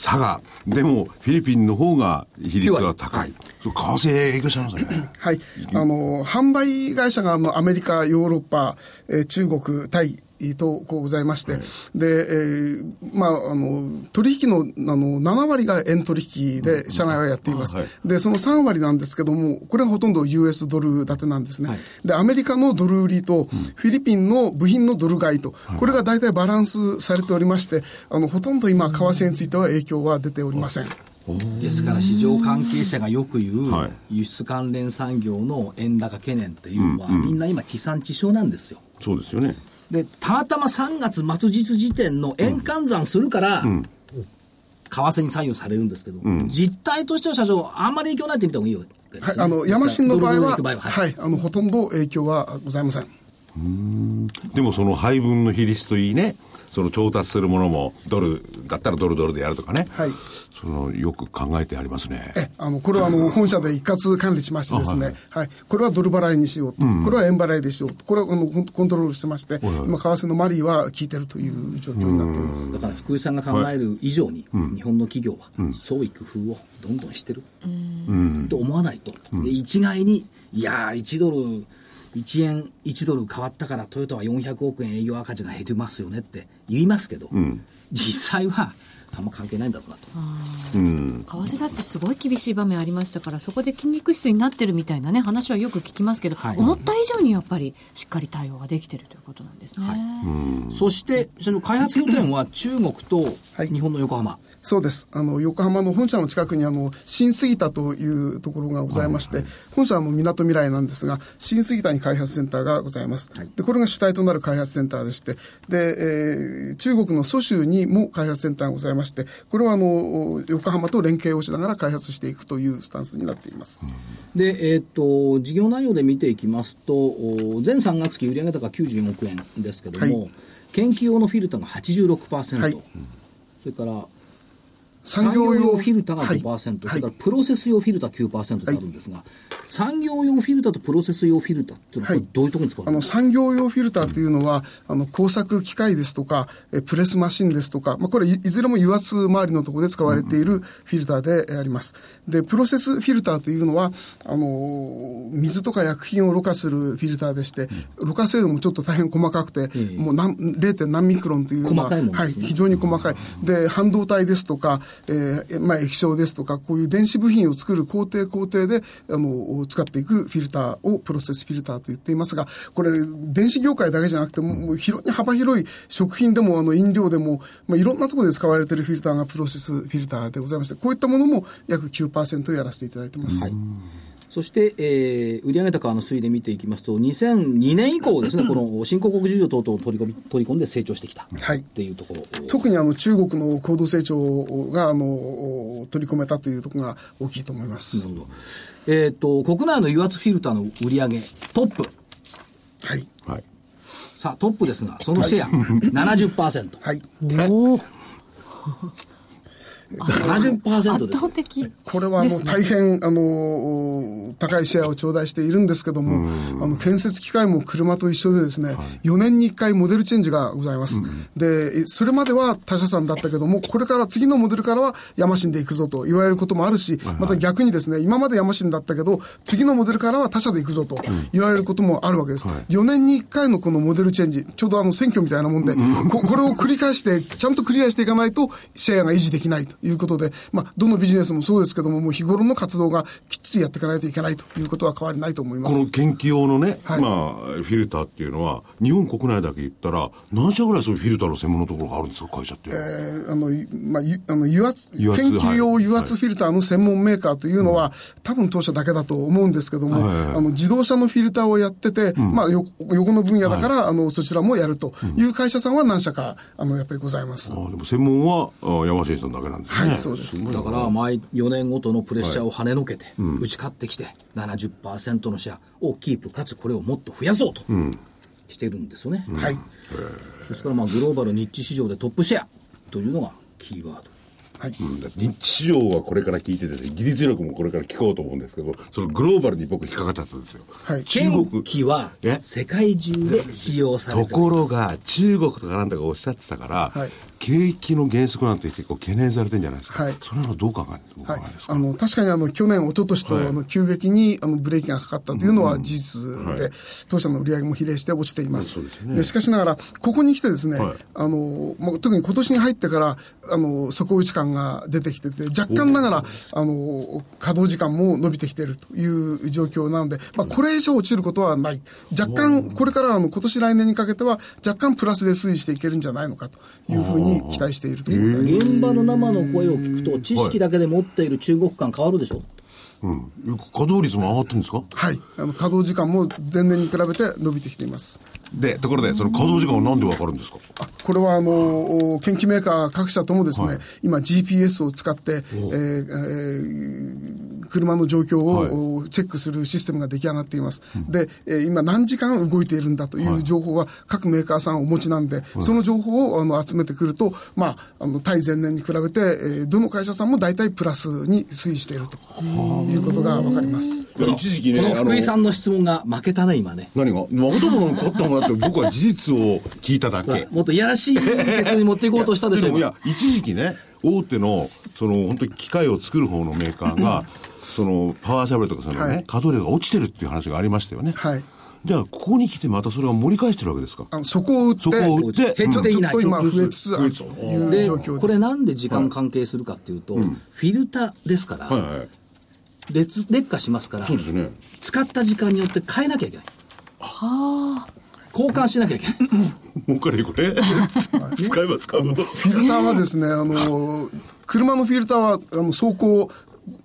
Speaker 4: 佐賀。でも、フィリピンの方が比率は高い。そう為替影響しちゃいますよね。
Speaker 6: はい、あの販売会社があのアメリカ、ヨーロッパ、えー中国、タイ。とこうございまして、で、えーまあ、あの、取引の、あの、7割が円取引で、社内はやっています。
Speaker 4: はい
Speaker 6: で、その3割なんですけども、これがほとんど US ドル建てなんですね。
Speaker 1: はい
Speaker 6: で、アメリカのドル売りと、フィリピンの部品のドル買いと、これが大体バランスされておりまして、あの、ほとんど今、為替については影響は出ておりません。
Speaker 1: ですから市場関係者がよく言う、
Speaker 4: はい
Speaker 1: 輸出関連産業の円高懸念っていうのは、みんな今地産地消なんですよ
Speaker 4: そうですよね。
Speaker 1: でたまたま3月末日時点の円換算するから、為替に左右されるんですけど、実態としては社長あんまり影響ないって見た方がいいよ、
Speaker 6: はい、あの、山新の場合
Speaker 1: ド
Speaker 6: は、
Speaker 1: ルドルで行く
Speaker 6: はい、あの、ほとんど影響はございません。
Speaker 4: でもその配分の比率といいね、その調達するものもドルだったらドルドルでやるとかね、はい、そのよく考えてありますね
Speaker 6: えあのこれはあの本社で一括管理しましてですね、はい、はい、これはドル払いにしようと、うん、これは円払いでしようとこれはあのコントロールしてまして、はい、今為替のマリーは効いてるという状況になっています、
Speaker 1: だから福井さんが考える以上に、日本の企業は創意工夫をどんどんしてる、と思わないと、一概にいやー1ドル1円1ドル変わったからトヨタは400億円営業赤字が減りますよねって言いますけど、うん、実際はあんま関係ないんだろうなと、
Speaker 3: うん、為替だってすごい厳しい場面ありましたからそこで筋肉質になってるみたいなね話はよく聞きますけど、はい、思った以上にやっぱりしっかり対応ができてるということなんですね、はい
Speaker 1: うん、そしてその開発拠点は中国と日本の横浜、はい
Speaker 6: そうです。あの、横浜の本社の近くに、あの、新杉田というところがございまして、はいはい、本社はみなとみらいなんですが、新杉田に開発センターがございます。はい、で、これが主体となる開発センターでして、で、えー、中国の蘇州にも開発センターがございまして、これは、あの、横浜と連携をしながら開発していくというスタンスになっています。
Speaker 1: で、えっ、ー、と、事業内容で見ていきますと、前3月期売上高94億円ですけども、はい、研究用のフィルターが86%、はい、それから、産業用フィルターが5%、はい、それからプロセス用フィルター9%とあるんですが、はい、産業用フィルターとプロセス用フィルターっていうのは、どういうところに使われ
Speaker 6: る、はい、あの産業用フィルターっていうのは、あの工作機械ですとか、えプレスマシンですとか、まあ、これいずれも油圧周りのところで使われているフィルターであります。で、プロセスフィルターというのは、あの水とか薬品をろ過するフィルターでして、ろ過精度もちょっと大変細かくて、もう何 0. 何ミクロンというような、
Speaker 1: ね、
Speaker 6: はい、非常に細かい。で、半導体ですとか、えーまあ、液晶ですとか、こういう電子部品を作る工程工程で、あの、使っていくフィルターをプロセスフィルターと言っていますが、これ、電子業界だけじゃなくて、もう広に幅広い食品でも、あの、飲料でも、まあ、いろんなところで使われているフィルターがプロセスフィルターでございまして、こういったものも約9%やらせていただいてます。はい、
Speaker 1: そして、えー、売上高の推移で見ていきますと、2002年以降ですね、この新興国事業等々を取り込み取り込んで成長してきたっていうところ、はい
Speaker 6: 特にあの中国の高度成長があの取り込めたというところが大きいと思います。
Speaker 1: なるほどえっ、ー、と国内の油圧フィルターの売上トップ。
Speaker 6: はい。はい、
Speaker 1: さあ、トップですが、そのシェア、はい、70%。
Speaker 6: はい。
Speaker 3: おお。
Speaker 1: 70%
Speaker 3: です、ね、的。
Speaker 6: これはあの、ね、大変あの高いシェアを頂戴しているんですけども、あの建設機械も車と一緒でですね、はい、4年に1回モデルチェンジがございます、うん、でそれまでは他社さんだったけどもこれから次のモデルからはヤマシンで行くぞと言われることもあるし、また逆にですね今までヤマシンだったけど次のモデルからは他社で行くぞと言われることもあるわけです、はい、4年に1回のこのモデルチェンジちょうどあの選挙みたいなもんで、こ これを繰り返してちゃんとクリアしていかないとシェアが維持できないということで、まあ、どのビジネスもそうですけども、もう日頃の活動がきっちりやっていかないといけないということは変わりないと思います
Speaker 4: この研究用のね、はい、まあ、フィルターっていうのは、日本国内だけ言ったら、何社ぐらいそういうフィルターの専門のところがあるんですか、会社って。え
Speaker 6: ー、あの、まあ、あの油圧研究用油圧フィルターの専門メーカーというのは、はいはい、多分当社だけだと思うんですけども、はいはいはい、あの自動車のフィルターをやってて、うん、まあ、横の分野だから、はい、あのそちらもやるという会社さんは何社か、あのやっぱりございます。
Speaker 4: あでも専門は山下さんだけなんです
Speaker 6: はい、そうです。
Speaker 1: だから、毎4年ごとのプレッシャーを跳ねのけて、打ち勝ってきて、70%のシェアをキープ、かつこれをもっと増やそうとしてるんですよね。うんうん、
Speaker 6: はい。
Speaker 1: ですから、まあ、グローバル日地市場でトップシェアというのがキーワード。
Speaker 4: はい、うん、日市場はこれから聞いてて、ね、技術力もこれから聞こうと思うんですけど、そのグローバルに僕引っかかっちゃったんですよ。
Speaker 1: はい、中国。機は世界中で使用され
Speaker 4: てところが、中国とかなんとかおっしゃってたから、はい、景気の減速なんて結構懸念されてるんじゃないですか。はい、それはどう考える、はい、
Speaker 6: あの確かにあの去年、一昨年とあの急激にあのブレーキがかかったというのは事実で、うんうん、当社の売り上げも比例して落ちています。
Speaker 4: で、ね、
Speaker 6: しかしながら、ここに来てですね、あのまあ、特に今年に入ってから、あの底打ち感が出てきてて、若干ながら、あの、稼働時間も伸びてきているという状況なので、まあ、これ以上落ちることはない。若干、これから、あの、今年来年にかけては、若干プラスで推移していけるんじゃないのかというふうに期待しているという
Speaker 1: 現場の生の声を聞くと、知識だけで持っている中国感変わるでしょう、
Speaker 4: うん、稼働率も上がってるんですか
Speaker 6: はい。あの、稼働時間も前年に比べて伸びてきています。
Speaker 4: で、ところで、その稼働時間はなんでわかるんですか
Speaker 6: あこれは、あの、研究メーカー各社ともですね、はい、今 GPS を使って、えーえー、車の状況をチェックするシステムが出来上がっています。で、えー今何時間動いているんだという情報は各メーカーさんお持ちなんで、その情報をあの集めてくると、まあ、あの、対前年に比べて、えーどの会社さんも大体プラスに推移しているということがわかります。
Speaker 4: 一時期ね、
Speaker 1: この
Speaker 4: あの
Speaker 1: 福井さんの質問が負けたね、今ね。
Speaker 4: 何が誠も勝ったのかって僕は事実を聞いただけ。
Speaker 1: もっといやらしい結に持っていこうとしたでしょ。
Speaker 4: もいや、一時期ね、大手の、その、本当に機械を作る方のメーカーが、その、パワーシャベルとかそのね、
Speaker 6: はい
Speaker 4: 稼働量が落ちてるっていう話がありましたよね。
Speaker 6: はい。
Speaker 4: じゃあ、ここに来てまたそれを盛り返してるわけですか
Speaker 6: あのそこを打って、
Speaker 4: そこを打って、
Speaker 1: 減
Speaker 6: ちょ
Speaker 1: っ
Speaker 6: って
Speaker 1: いない
Speaker 6: と今増えつつあるという
Speaker 1: で、
Speaker 6: 状況です。
Speaker 1: これなんで時間関係するかっていうと、フィルターですから、
Speaker 4: はいはい。
Speaker 1: 劣劣化しますから、
Speaker 4: そうですね。
Speaker 1: 使った時間によって変えなきゃいけない。交換しなきゃいけない。
Speaker 4: 儲かるよ、これ。使えば使うの。
Speaker 6: フィルターはですね、あの、車のフィルターは、あの、走行、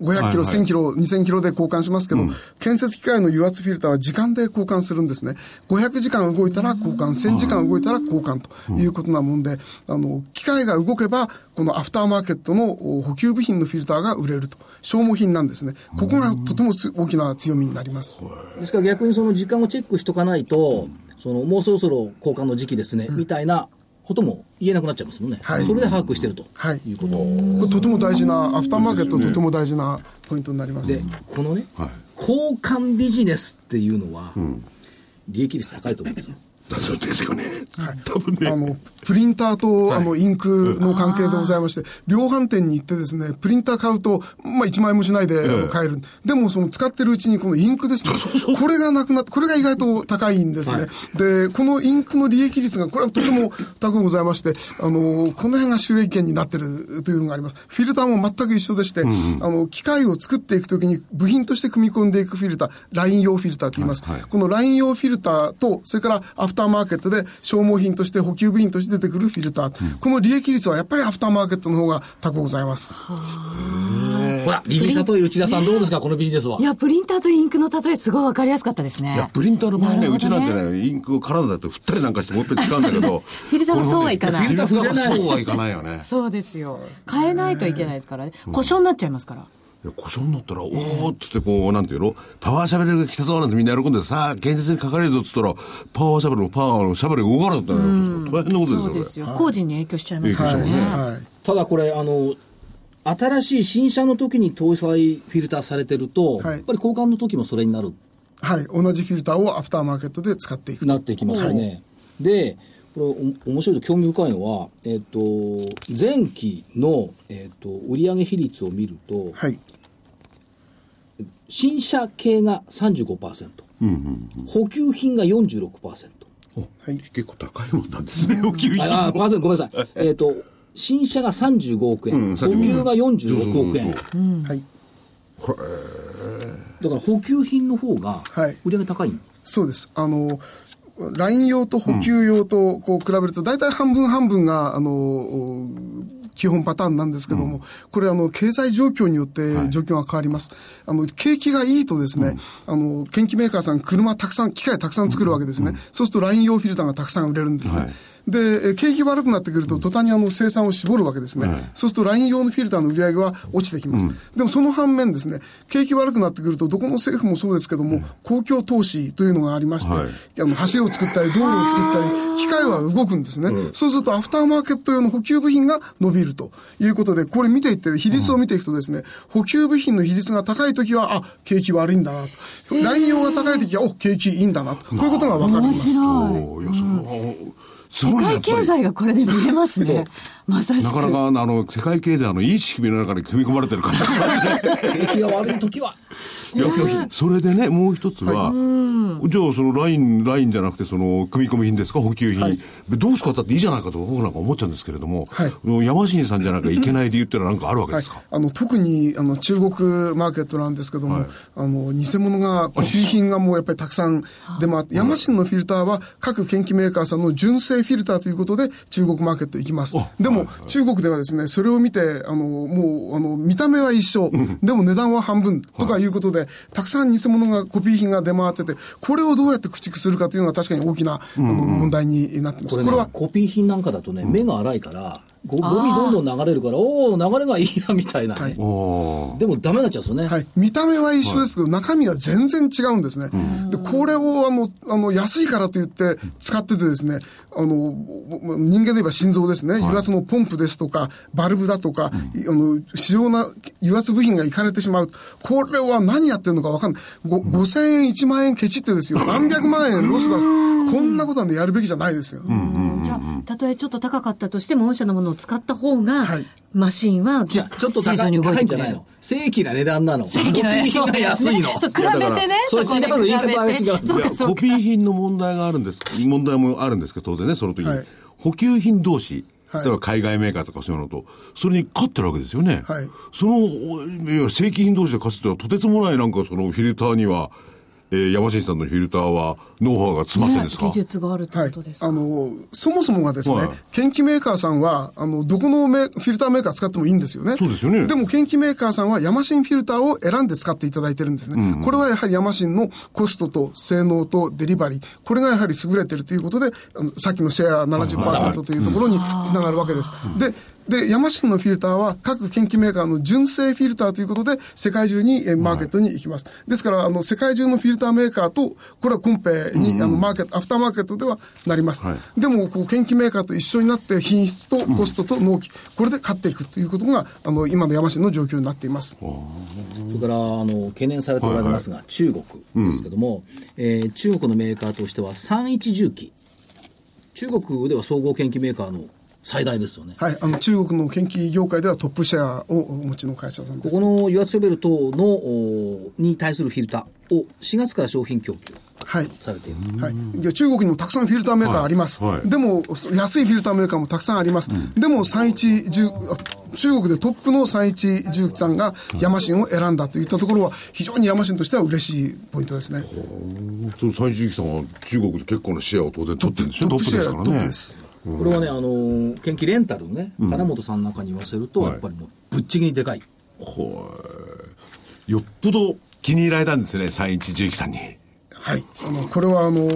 Speaker 6: 500キ
Speaker 4: は
Speaker 6: ロ、
Speaker 4: いはい
Speaker 6: 1000キロ、2000キロで交換しますけど、建設機械の油圧フィルターは時間で交換するんですね。500時間動いたら交換、1000時間動いたら交換ということなもんで、あの、機械が動けば、このアフターマーケットのお補給部品のフィルターが売れると。消耗品なんですね。ここがとてもつ大きな強みになります。
Speaker 1: ですから逆にその時間をチェックしとかないと、そのもうそろそろ交換の時期ですね、みたいなことも言えなくなっちゃいますもんね。
Speaker 6: はい
Speaker 1: それで把握してると。
Speaker 6: はい。
Speaker 1: いうこと
Speaker 6: これとても大事な、アフターマーケットとても大事なポイントになります。
Speaker 1: で、このね、
Speaker 4: はい
Speaker 1: 交換ビジネスっていうのは、利益率高いと思うんですよ。
Speaker 4: だそうですよね。多分
Speaker 6: あ
Speaker 4: ね。
Speaker 6: の、プリンターと、あの、インクの関係でございまして、量販店に行ってですね、プリンター買うと、まあ、1万円もしないで、あの買える。でも、その、使ってるうちに、このインクですね、これがなくなって、これが意外と高いんですね。で、このインクの利益率が、これはとて も高くございまして、あの、この辺が収益圏になってるというのがあります。フィルターも全く一緒でして、あの、機械を作っていくときに、部品として組み込んでいくフィルター、ライン用フィルターって言います。
Speaker 4: はいはい
Speaker 6: このライン用フィルターと、それからアフターマーケットで消耗品として補給部品として出てくるフィルター。この利益率はやっぱりアフターマーケットの方が高くございます。
Speaker 1: ほら、リリーさと内田さんどうですか、このビジネスはい
Speaker 3: や、プリンターとインクの例えすごいわかりやすかったですね。
Speaker 4: いや、プリンターの場合
Speaker 3: な
Speaker 4: ね、
Speaker 3: るほ
Speaker 4: うち
Speaker 3: どね
Speaker 4: なんてね、インクを体だと振ったりなんかしてもう一遍使うんだけど。
Speaker 3: フィルターもそうはいかない
Speaker 4: フィルターもそうはいかないよね。
Speaker 3: そうですよ。変えないといけないですからね。故障になっちゃいますから。
Speaker 4: いや故障になったら、おーって言って、こう、なんていうのパワーシャベルが来たぞなんてみんな喜んで、さあ、現実にかかれるぞって言ったら、パワーシャベルもパワーのシャベルが動かなかったら、大変なこと
Speaker 3: そうで
Speaker 4: ですすよ、
Speaker 3: よ。工事に影響しちゃいます
Speaker 4: 影
Speaker 3: か
Speaker 4: 響
Speaker 3: ら
Speaker 4: しちゃ
Speaker 3: ね。
Speaker 4: う
Speaker 6: はい。
Speaker 1: ただこれ、あの、新しい新車の時に搭載フィルターされてると、
Speaker 6: は
Speaker 1: や
Speaker 6: い
Speaker 1: っぱり交換の時もそれになる、
Speaker 6: はい。同じフィルターをアフターマーケットで使っていく。
Speaker 1: なっていきますよね。で、これお面白いと興味深いのは、えっ、と、前期の、えっ、と、売上比率を見ると、
Speaker 6: はい。
Speaker 1: 新車系が35%、補給品が46%。
Speaker 6: はい。
Speaker 4: 結構高いもんなんですね、お給品
Speaker 1: ああ、
Speaker 4: も。
Speaker 1: パーセントごめんなさい。えっ、と、新車が35億
Speaker 4: う
Speaker 1: 円、
Speaker 4: ん
Speaker 1: 補給が46億円。
Speaker 4: そうそう
Speaker 6: はい。
Speaker 1: だから補給品の方が
Speaker 6: はい
Speaker 1: 売り上げ高い、
Speaker 6: そうです。あの、ライン用と補給用とこう比べると、大体半分半分が、あの、基本パターンなんですけども、これあの、経済状況によって状況が変わります。あの、景気がいいとですね、あの、研機メーカーさん車たくさん、機械たくさん作るわけですね。そうするとライン用フィルターがたくさん売れるんですね。
Speaker 4: はい
Speaker 6: で、えー景気悪くなってくると、途端にあの生産を絞るわけですね。そうすると、ライン用のフィルターの売り上げは落ちてきます。でも、その反面ですね、景気悪くなってくると、どこの政府もそうですけども、公共投資というのがありまして、
Speaker 4: はい
Speaker 6: あの橋を作ったり、道路を作ったり、機械は動くんですね。そうすると、アフターマーケット用の補給部品が伸びるということで、これ見ていって、比率を見ていくとですね、補給部品の比率が高いときは、あ、景気悪いんだなと。ライン用が高いときは、お、景気いいんだなと。こういうことがわかりま
Speaker 3: 面
Speaker 6: す。
Speaker 3: 白い。
Speaker 4: いや、それは、すごいねや
Speaker 3: 世界
Speaker 4: っぱ
Speaker 3: 経
Speaker 4: り。
Speaker 3: 済がこれで見えますね。まさし
Speaker 4: な
Speaker 3: く。
Speaker 4: かなか、あの、世界経済のいい仕組みの中に組み込まれてる感じがしますね。
Speaker 1: 景気が悪い時は、
Speaker 4: いやそれでね、もう一つは、じゃあ、そのライン、ラインじゃなくて、その、組み込み品ですか、補給品。どう使ったっていいじゃないかと僕なんか思っちゃうんですけれども、
Speaker 6: はい
Speaker 4: その山新さんじゃなきゃいけない理由ってのはなんかあるわけですか、
Speaker 6: あの特にあの中国マーケットなんですけども、あの偽物が、コピー品がもうやっぱりたくさん出回って、ヤマシンのフィルターは各研機メーカーさんの純正フィルターということで、中国マーケット行きます。でも、中国ではですね、それを見て、あのもうあの見た目は一緒、でも値段は半分とかいうことで、たくさん偽物が、コピー品が出回ってて、これをどうやって駆逐するかというのが確かに大きな、あの問題になってます。
Speaker 1: これね
Speaker 6: これは
Speaker 1: コピー品なんかだとね、目が荒いから、ゴゴミどんどん流れるから、おお、流れがいいや、みたいなね、
Speaker 6: はい
Speaker 4: おー
Speaker 1: でもダメになっちゃうんですよね。
Speaker 6: はい。見た目は一緒ですけど、中身は全然違うんですね。で、これを、あの、あの、安いからと言って使っててですね、あの、人間で言えば心臓ですね、油圧のポンプですとか、バルブだとか、いあの、主要な油圧部品がいかれてしまう。これは何やってるのかわかんない。ご5000円、1万円ケチってですよ。何百万円ロス出す。こんなことはね、やるべきじゃないですよ。
Speaker 3: じゃあ、たとえちょっと高かったとしても、御社のものを使った方が、
Speaker 6: はい
Speaker 3: マシンは、
Speaker 1: じゃあちょっと
Speaker 3: 正
Speaker 1: 高
Speaker 3: 常
Speaker 1: い
Speaker 3: に動い
Speaker 1: 高い
Speaker 3: て
Speaker 1: ん
Speaker 3: く
Speaker 1: じ
Speaker 3: れ
Speaker 1: ゃ
Speaker 3: る
Speaker 1: ないの正規な値段なの。正
Speaker 3: いいね
Speaker 1: 品が 安いの。
Speaker 3: そう比べてね。
Speaker 1: そう
Speaker 3: こで
Speaker 1: それ言い方の
Speaker 3: 比べて
Speaker 1: 言い方が違う
Speaker 3: そう
Speaker 4: いや
Speaker 3: か、そう
Speaker 4: コ
Speaker 3: か。
Speaker 4: ピー品の問題があるんです問題もあるんですけど当然ねその時に、
Speaker 6: はい
Speaker 4: 補給品同士
Speaker 6: は
Speaker 4: 例
Speaker 6: い
Speaker 4: えば海外メーカーとかそういうのと、それに勝ってるわけですよね。
Speaker 6: はい
Speaker 4: その、おいわゆる正規品同士で勝つってのは、とてつもないなんかそのフィルターには、えー、山新さんのフィルターは、ノウハウが詰まってるんですか、
Speaker 3: 技術があるってことですか。
Speaker 6: はい、あのそもそもがですね、
Speaker 4: はい
Speaker 6: 研究メーカーさんはあのどこのメフィルターメーカー使ってもいいんですよね
Speaker 4: そうですよね
Speaker 6: でも研究メーカーさんはヤマシンフィルターを選んで使っていただいてるんですね、これはやはりヤマシンのコストと性能とデリバリーこれがやはり優れてるということであのさっきのシェア70%というところにつながるわけです、でで、ヤマシンのフィルターは各研究メーカーの純正フィルターということで、世界中にえーマーケットに行きます。ですから、あの、世界中のフィルターメーカーと、これはコンペに、あの、マーケット、アフターマーケットではなります。でも、こう、研究メーカーと一緒になって、品質とコストと納期、これで勝っていくということが、あの、今の山市の状況になっています。
Speaker 1: それからあの懸念されておられますが、中国ですけども、えー中国のメーカーとしては31重機中国では総合研究メーカーの最大ですよね、
Speaker 6: はい。あの、中国の研究業界ではトップシェアをお持ちの会社さんで
Speaker 1: こ
Speaker 6: す。
Speaker 1: この油圧ショベル等のおに対するフィルターを4月から商品供給
Speaker 6: はい。
Speaker 1: されている、
Speaker 6: はい、いや中国にもたくさんフィルターメーカーあります、
Speaker 4: はいはい
Speaker 6: でも安いフィルターメーカーもたくさんあります、でも3110あ中国でトップの3110さんがヤマシンを選んだといったところは非常にヤマシンとしては嬉しいポイントですね
Speaker 4: その最終さんは中国で結構なシェアを当然取ってるんでしょ
Speaker 6: ト
Speaker 4: ト
Speaker 6: ップ
Speaker 4: ップ
Speaker 6: シ
Speaker 4: で
Speaker 6: ェア
Speaker 4: すから
Speaker 6: トップ
Speaker 4: ね
Speaker 6: で。す
Speaker 1: これはねあのー研究レンタルね、金本さんなんかに言わせると、
Speaker 4: はい
Speaker 1: やっぱりもうぶっちぎりでかい
Speaker 4: ほいよっぽど気に入られたんですね、3119さんに。
Speaker 6: はい。あの、これはあの、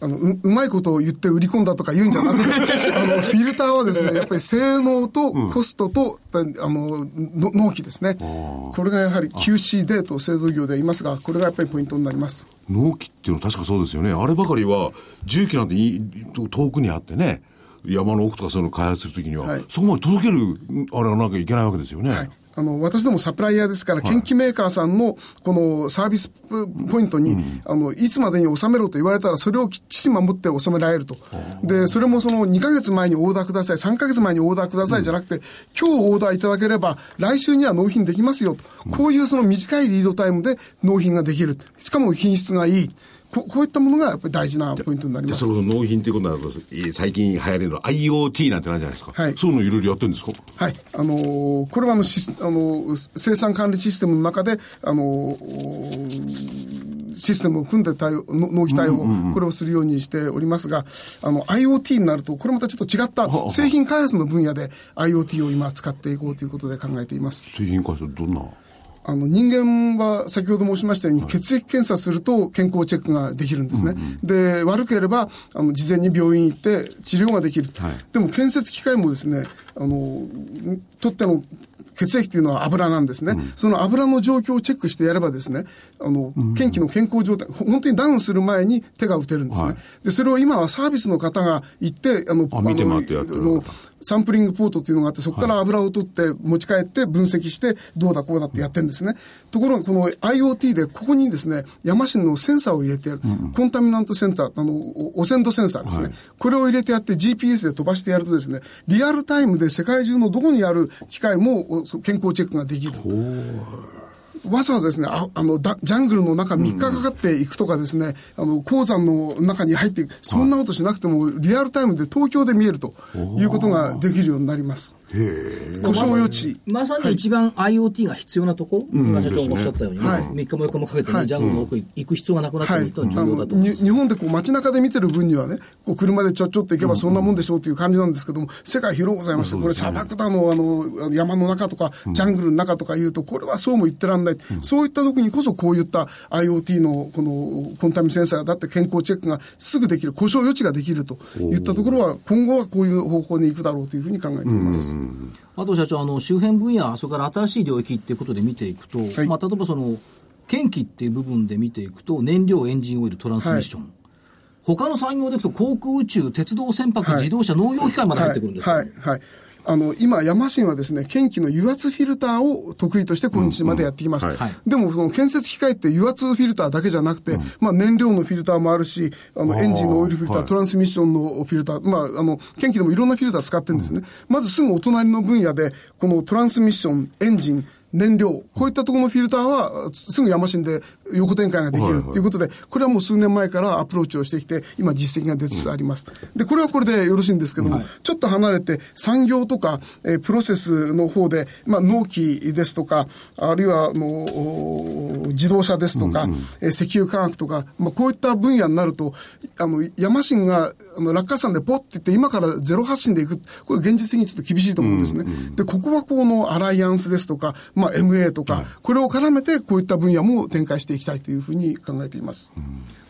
Speaker 6: あのううまいことを言って売り込んだとか言うんじゃなく て、あの、フィルターはですね、やっぱり性能とコストと、やっぱりあの、の納期ですね。これがやはり QCD と製造業でいますが、これがやっぱりポイントになります。
Speaker 4: 納期っていうのは確かそうですよね。あればかりは、重機なんてい遠くにあってね、山の奥とかそういうのを開発するときには、
Speaker 6: はい
Speaker 4: そこまで届ける、あれはなきゃいけないわけですよね。
Speaker 6: はいあの私どもサプライヤーですから、研究メーカーさんのこのサービスポイントに、あのいつまでに収めろと言われたら、それをきっちり守って収められると、でそれもその2ヶ月前にオーダーください、3ヶ月前にオーダーくださいじゃなくて、今日オーダーいただければ、来週には納品できますよと、こういうその短いリードタイムで納品ができる、しかも品質がいい、ここういったものがやっぱり大事なポイントになり
Speaker 4: じゃ
Speaker 6: ま
Speaker 4: あ
Speaker 6: す
Speaker 4: それ。こそ納品っていうことになると、い最近流行りの IoT なんてなんじゃないですか。
Speaker 6: はい
Speaker 4: そういうのいろいろやってるんですか
Speaker 6: はい、あのーこれはあのシスあのー生産管理システムの中で、あのーシステムを組んで対応の納期対応、これをするようにしておりますが、あの IoT になると、これまたちょっと違った製品開発の分野で IoT を今使っていこうということで考えています。
Speaker 4: 製品開発どんな
Speaker 6: あの人間は先ほど申しましたように血液検査すると健康チェックができるんですね。で、悪ければあの事前に病院行って治療ができる。でも建設機械もですね、あの、とっての血液というのは油なんですね、その油の状況をチェックしてやればですね、あの、検機の健康状態、ほ本当にダウンする前に手が打てるんですね。で、それを今はサービスの方が行って、あの、
Speaker 4: あ見て回ってやってるのか
Speaker 6: あのサンプリングポートっていうのがあって、そこから油を取って、持ち帰って、分析して、どうだこうだってやってるんですね。ところが、この IoT で、ここにですね、山市のセンサーを入れてやる。コンタミナントセンター、あの、お汚染度センサーですね、これを入れてやって、GPS で飛ばしてやるとですね、リアルタイムで世界中のどこにある機械もおそう健康チェックができる。わざわざですね、ああのだジャングルの中3日かかっていくとかですね、あの鉱山の中に入っていく、そんなことしなくても、リアルタイムで東京で見えるということができるようになります。故障予知。
Speaker 1: まさに一番 IoT が必要なところ、今社長がおっしゃったように、
Speaker 6: はい
Speaker 1: 3日も4日もかけて
Speaker 6: は
Speaker 1: ね、
Speaker 6: い
Speaker 1: ジャングルの奥に行く必要がなくなってく
Speaker 6: は
Speaker 1: る
Speaker 6: い
Speaker 1: っていうのは
Speaker 6: あ
Speaker 1: 重要
Speaker 6: の
Speaker 1: だと思い
Speaker 6: に
Speaker 1: ます。
Speaker 6: 日本でこう街中で見てる分にはね、こう車でちょちょっと行けばそんなもんでしょうという感じなんですけども、世界広くございまして、これ、砂漠だのあの、あの山の中とか、ジャングルの中とかいうと、これはそうも言ってらんない、そういった時にこそ、こういった IoT のこのコンタミセンサーだって健康チェックがすぐできる、故障予知ができるといったところは、今後はこういう方向に行くだろうというふうに考えています。
Speaker 1: あと社長、あの周辺分野、それから新しい領域っていうことで見ていくと、
Speaker 6: い
Speaker 1: まあ、例えばその、検機っていう部分で見ていくと、燃料、エンジンオイル、トランスミッション。他の産業でいくと、航空宇宙、鉄道、船舶、
Speaker 6: はい
Speaker 1: 自動車、農業機械まで入ってくるんですよ、
Speaker 6: はい、はい。はいあの、今、ヤマシンはですね、検機の油圧フィルターを得意として今日までやってきました。
Speaker 4: うんうん
Speaker 1: はい
Speaker 6: でも、その建設機械って油圧フィルターだけじゃなくて、まあ、燃料のフィルターもあるし、あの、エンジンのオイルフィルター、
Speaker 4: はい
Speaker 6: トランスミッションのフィルター、まあ、あの、検機でもいろんなフィルター使ってるんですね。まずすぐお隣の分野で、このトランスミッション、エンジン、燃料、こういったところのフィルターは、すぐヤマシンで横展開ができるということで、これはもう数年前からアプローチをしてきて、今実績が出つつあります。で、これはこれでよろしいんですけども、ちょっと離れて産業とか、えープロセスの方で、まあ、納期ですとか、あるいはあのお自動車ですとか、えー石油化学とか、まあ、こういった分野になると、あの、ヤマシンが、あの、落下山でポッていって、今からゼロ発進でいく、これ現実的にちょっと厳しいと思うんですね。で、ここはこのアライアンスですとか、まあ、MA とか、これを絡めて、こういった分野も展開していきたいというふうに考えています。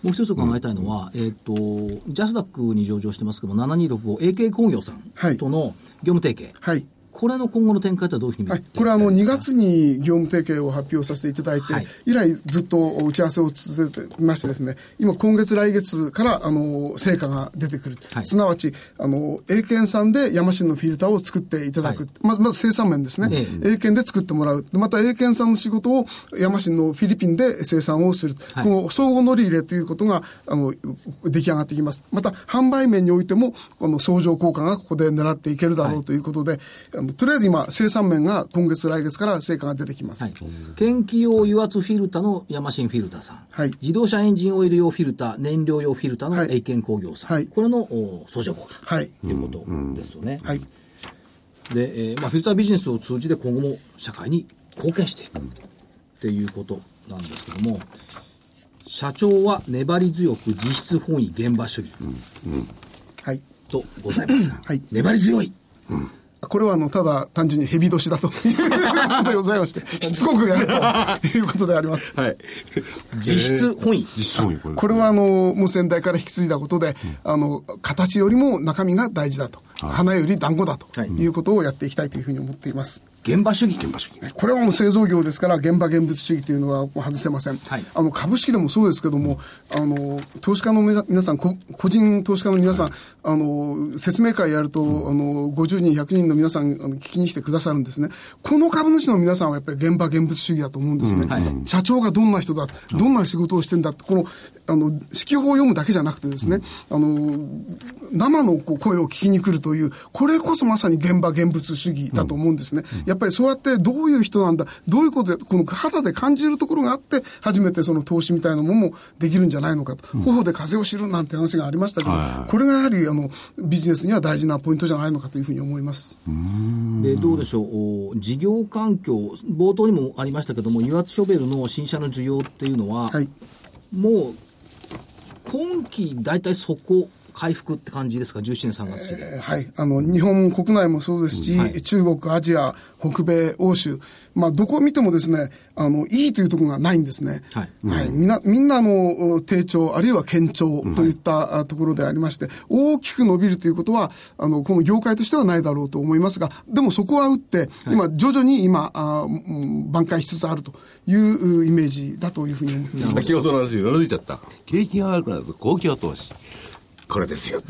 Speaker 1: もう一つ考えたいのは、えっ、と、ジャスダックに上場してますけども、7265、AK 工業さ
Speaker 6: は
Speaker 1: ん
Speaker 6: い
Speaker 1: との業務提携、
Speaker 6: はい。
Speaker 1: これの今後の展開とはどういうふうに見
Speaker 6: は
Speaker 1: て
Speaker 6: い
Speaker 1: い、
Speaker 6: これはあ
Speaker 1: きた
Speaker 6: の
Speaker 1: いで
Speaker 6: 2
Speaker 1: すか
Speaker 6: 月に業務提携を発表させていただいて、
Speaker 1: はい
Speaker 6: 以来ずっと打ち合わせを続けてましてですね、今今月来月からあの成果が出てくる。
Speaker 1: はい
Speaker 6: すなわち、あの、英検さんで山新のフィルターを作っていただく。
Speaker 1: はい
Speaker 6: まず、まず生産面ですね。
Speaker 1: ええ
Speaker 6: 英検で作ってもらう。また英検さんの仕事を山新のフィリピンで生産をする。
Speaker 1: はい
Speaker 6: この相互乗り入れということが、あの、出来上がってきます。また、販売面においても、この相乗効果がここで狙っていけるだろうということで、あのとりあえず今、生産面が今月来月から成果が出てきます。
Speaker 1: はい、研究用油圧フィルターのヤマシンフィルターさん、
Speaker 6: はい
Speaker 1: 自動車エンジンオイル用フィルター、燃料用フィルターの
Speaker 6: はい
Speaker 1: 英検工業さん、
Speaker 6: はい
Speaker 1: これのお相乗効果
Speaker 6: はい。
Speaker 1: ということですよね。
Speaker 6: はい。
Speaker 1: で、えーまあ、フィルタービジネスを通じて今後も社会に貢献していくっていうことなんですけども、社長は粘り強く実質本位現場主義
Speaker 6: はい。
Speaker 1: とございますが、
Speaker 6: はい
Speaker 1: 粘り強い
Speaker 6: これはあの、ただ単純に蛇年 だと いうことでございまして、しつこくやるということであります。
Speaker 4: はい。
Speaker 1: 実質本位、
Speaker 4: 実質本位これ。
Speaker 6: これはあの、もう先代から引き継いだことで、あの、形よりも中身が大事だと。花より団子だと
Speaker 1: はい
Speaker 6: いうことをやっていきたいというふうに思っています。
Speaker 1: 現場主義現場主義
Speaker 6: これはもう製造業ですから、現場現物主義というのはもう外せません。
Speaker 1: はい
Speaker 6: あの、株式でもそうですけども、あの、投資家のみな皆さん、こ個人投資家の皆さん、あの、説明会やると、あの、50人、100人の皆さん、あの聞きに来てくださるんですね。この株主の皆さんはやっぱり現場現物主義だと思うんですね。社長がどんな人だ、どんな仕事をしてんだって、この、あの、指揮法を読むだけじゃなくてですね、あの、生のこう声を聞きに来るという、これこそまさに現場現物主義だと思うんですね。やっぱりそうやってどういう人なんだ、どういうことで、この肌で感じるところがあって、初めてその投資みたいなものもできるんじゃないのかと。頬で風を知るなんて話がありましたけど、これがやはりあの、ビジネスには大事なポイントじゃないのかというふうに思います。
Speaker 1: でどうでしょう、お事業環境、冒頭にもありましたけども、油圧ショベルの新車の需要っていうのは、
Speaker 6: はい。
Speaker 1: もう今期、大体そこ、回復って感じですか、17年3月期で。
Speaker 6: はい、あの日本国内もそうですし、中国、アジア、北米、欧州、まあ、どこを見てもですねあのいいというところがないんですね、
Speaker 1: はい
Speaker 6: はいみんなみんなあの低調、あるいは堅調といったあところでありまして、大きく伸びるということはあの、この業界としてはないだろうと思いますが、でもそこは打って、今、徐々に今、あうん挽回しつつあるといううイメージだというふうに思っています。
Speaker 4: 先ほどの話に裏付いちゃった。景気が悪くなると公共投資。これですよ。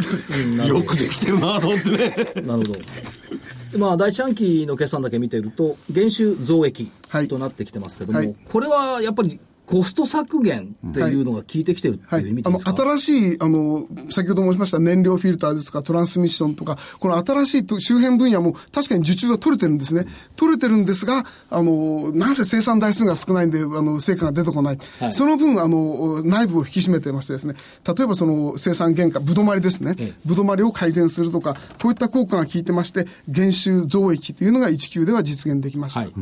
Speaker 4: よくできてるなと思ってね。
Speaker 1: なるほど。でまあ、第一半期の決算だけ見てると、減収増益
Speaker 6: はい
Speaker 1: となってきてますけども、
Speaker 6: はい
Speaker 1: これはやっぱりコスト削減っていうのが効いてきてるって
Speaker 6: はい
Speaker 1: いう意味、で
Speaker 6: あ
Speaker 1: いい
Speaker 6: の
Speaker 1: ですか、
Speaker 6: 新しいあの先ほど申しました燃料フィルターですとかトランスミッションとかこの新しいと周辺分野も確かに受注は取れてるんですね取れてるんですがあのなんせ生産台数が少ないんであの成果が出てこない、
Speaker 1: はい
Speaker 6: その分あの内部を引き締めてましてですね例えばその生産原価ぶどまりですね
Speaker 1: ええ
Speaker 6: ぶどまりを改善するとかこういった効果が効いてまして減収増益というのが1級では実現できました、
Speaker 1: はい、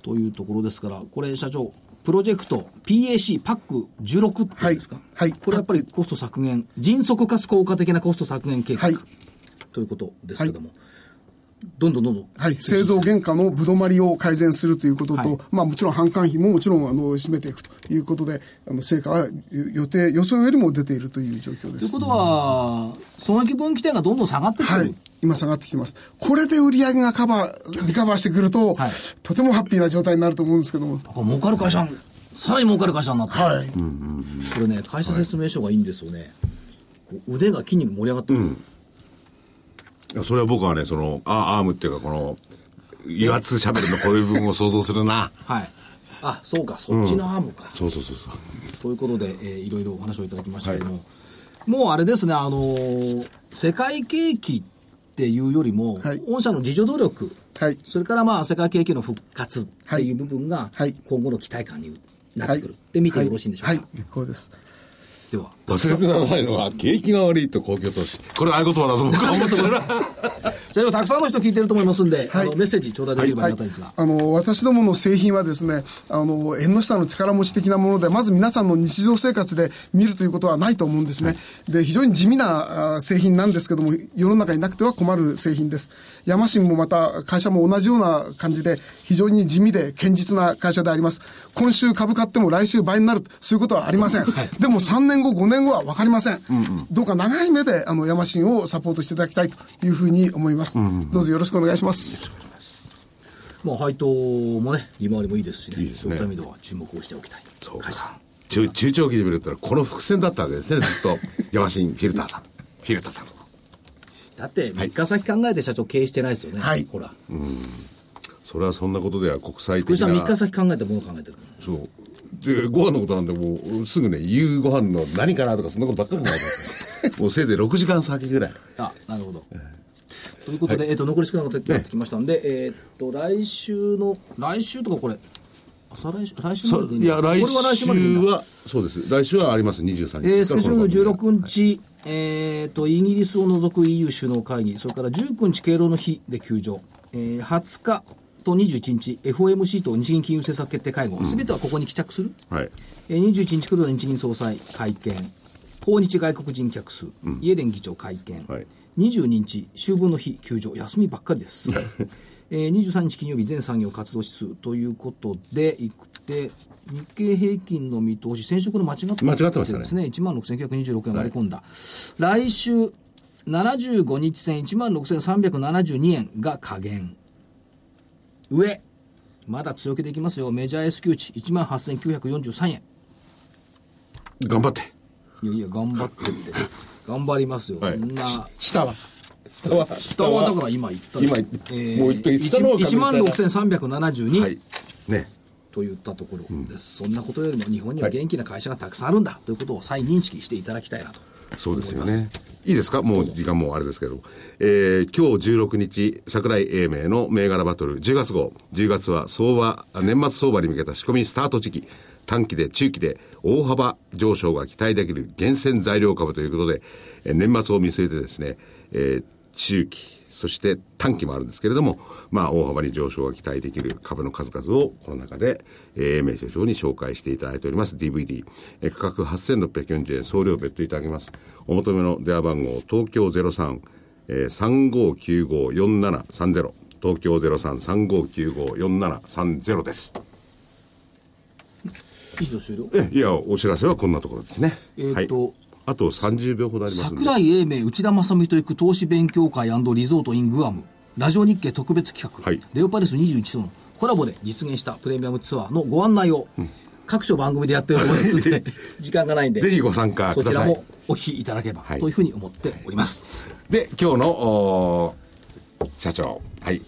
Speaker 1: というところですから、これ、社長、プロジェクト PAC、パック16っていうんですか、
Speaker 6: はいはい
Speaker 1: これやっぱりコスト削減、迅速かつ効果的なコスト削減計画、
Speaker 6: はい
Speaker 1: ということですけども、どんどんどんどん、
Speaker 6: はい、製造原価のぶどまりを改善するということと、
Speaker 1: はい
Speaker 6: まあ、もちろん販管費ももちろんあの占めていくということで、あの成果は予予定、予想よりも出ているという状況で
Speaker 1: という
Speaker 6: す
Speaker 1: こ。とは、その気分規定がどんどん下がってきてる、
Speaker 6: はい、今下がってきてます。これで売り上げがカバー、リカバーしてくると、
Speaker 1: はい
Speaker 6: とてもハッピーな状態になると思うんですけども。
Speaker 1: なんか儲かる会社、さらに儲かる会社になってる、
Speaker 6: はい。
Speaker 1: これね、会社説明書がいいんですよね、こう腕が筋肉盛り上がってくる、
Speaker 4: いやそれは僕はねそのアーアームっていうかこの油圧シャベルのこういう部分を想像するな
Speaker 1: はい、あそうか、そっちのアームか。
Speaker 4: そうそうそうそう
Speaker 1: ということで、えーいろいろお話をいただきましたけども、もうあれですね、あのー世界景気っていうよりも、
Speaker 6: はい
Speaker 1: 御社の自助努力、
Speaker 6: はい。
Speaker 1: それからまあ世界景気の復活っていう部分が、
Speaker 6: はい
Speaker 1: 今後の期待感になってくるって見てよろしいんでしょうか。
Speaker 6: はい、はいこうです。
Speaker 1: では、
Speaker 4: 忘れてならないのは景気が悪いと公共投資これ合言葉だと僕は思ってるな
Speaker 1: じゃあ今たくさんの人聞いてると思いますんで、
Speaker 6: はい
Speaker 1: あのメッセージ頂戴できればあ
Speaker 6: は
Speaker 1: り
Speaker 6: い
Speaker 1: がたいんですが。
Speaker 6: あの私どもの製品はですねあの縁の下の力持ち的なものでまず皆さんの日常生活で見るということはないと思うんですね、で非常に地味なあ製品なんですけども世の中になくては困る製品です山新もまた会社も同じような感じで非常に地味で堅実な会社であります今週株買っても来週倍になるそういうことはありません、でも3年後5年後は分かりません、どうか長い目であの山新をサポートしていただきたいというふうに思います、どうぞよろしくお願いします
Speaker 1: まあ配当もね、利回りもいいですしね、
Speaker 4: いいです
Speaker 1: そう
Speaker 4: ね
Speaker 1: いった意味では注目をしておきたい。
Speaker 4: そうか
Speaker 1: 会社さん
Speaker 4: 中中長期で見るとこの伏線だったわけですねずっとヤマシンフィルターさんフィルターさん
Speaker 1: だって3日先考えて社長経営してないですよね。
Speaker 6: はい
Speaker 1: ほら。
Speaker 4: それはそんなことでは国際
Speaker 1: 福井
Speaker 4: 的
Speaker 1: さ
Speaker 4: なん
Speaker 1: 3日先考えてもの考えてる。
Speaker 4: そうでご飯のことなんでもうすぐね夕ご飯の何かなとかそんなことばっかり考えて ますもうせいぜい6時間先ぐらい
Speaker 1: あ、なるほど。ということで、えっと、残り少なくなってきましたんで、えっと、来週の、来週とかこれ、朝来週、来週まででいい
Speaker 4: いや
Speaker 1: の
Speaker 4: 来週
Speaker 1: これは来週まででいいんだ
Speaker 4: はそうです来週はあります23
Speaker 1: え
Speaker 4: 日
Speaker 1: ー、スケジュール
Speaker 4: この番組
Speaker 1: 16日、えっと、イギリスを除く EU 首脳会議、それから19日敬老の日で休場、えー、20日と21日、FOMC と日銀金融政策決定会合、すべてはここに帰着する
Speaker 4: はい
Speaker 1: えー21日黒田日銀総裁会見訪日外国人客数、イエレン議長会見、
Speaker 4: はい
Speaker 1: 22日秋分の日休場休みばっかりです えー23日金曜日全産業活動指数ということでいくて日経平均の見通し先週これ間違って
Speaker 4: 間違ってましたね
Speaker 1: ですね1万6926円割り込んだ、来週75日線1万6372円が下限上まだ強気でいきますよメジャー S q 値1万8943円
Speaker 4: 頑張って
Speaker 1: いやいや、頑張ってって。頑張りますよ。
Speaker 4: はい
Speaker 1: こんな。
Speaker 4: 下は下は
Speaker 1: 下はだから今言った
Speaker 4: 今言ってもう言っとき下の方
Speaker 1: 1万
Speaker 4: から見た
Speaker 1: 6372、
Speaker 4: はいね
Speaker 1: と言ったところです、そんなことよりも日本には元気な会社がたくさんあるんだということを再認識していただきたいなと。
Speaker 4: そうですよねいいですかもう時間もあれですけども、えー今日16日桜井英明の銘柄バトル10月号10月は相場年末相場に向けた仕込みスタート時期短期で中期で大幅上昇が期待できる厳選材料株ということで、えー年末を見据えてですね、えー中期そして短期もあるんですけれども、まあ、大幅に上昇が期待できる株の数々をこの中で、えー、名所長に紹介していただいております DVD、えー価格8640円送料別途いただきますお求めの電話番号東京03えー35954730東京0335954730です
Speaker 1: 以上終了。
Speaker 4: えいやお知らせはこんなところですね
Speaker 1: えーっと
Speaker 4: はい、あと30秒ほどありますんで
Speaker 1: 桜井英明、内田正美と行く投資勉強会リゾートイングアム、ラジオ日経特別企画、
Speaker 4: はい
Speaker 1: レオパレス21とのコラボで実現したプレミアムツアーのご案内を、各所番組でやってると思い ますので、時間がないんで、
Speaker 4: ぜひご参加ください
Speaker 1: そちらもお聞きいただければ
Speaker 4: はい
Speaker 1: というふうに思っております。
Speaker 4: で今日のおー社長はい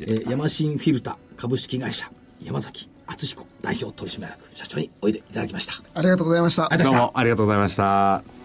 Speaker 1: えーヤマシンフィルタ株式会社山崎敦彦代表取締役社長においでいただきました。
Speaker 6: ありがとうございました。
Speaker 1: ありがとうございました
Speaker 7: どうもありがとうございました。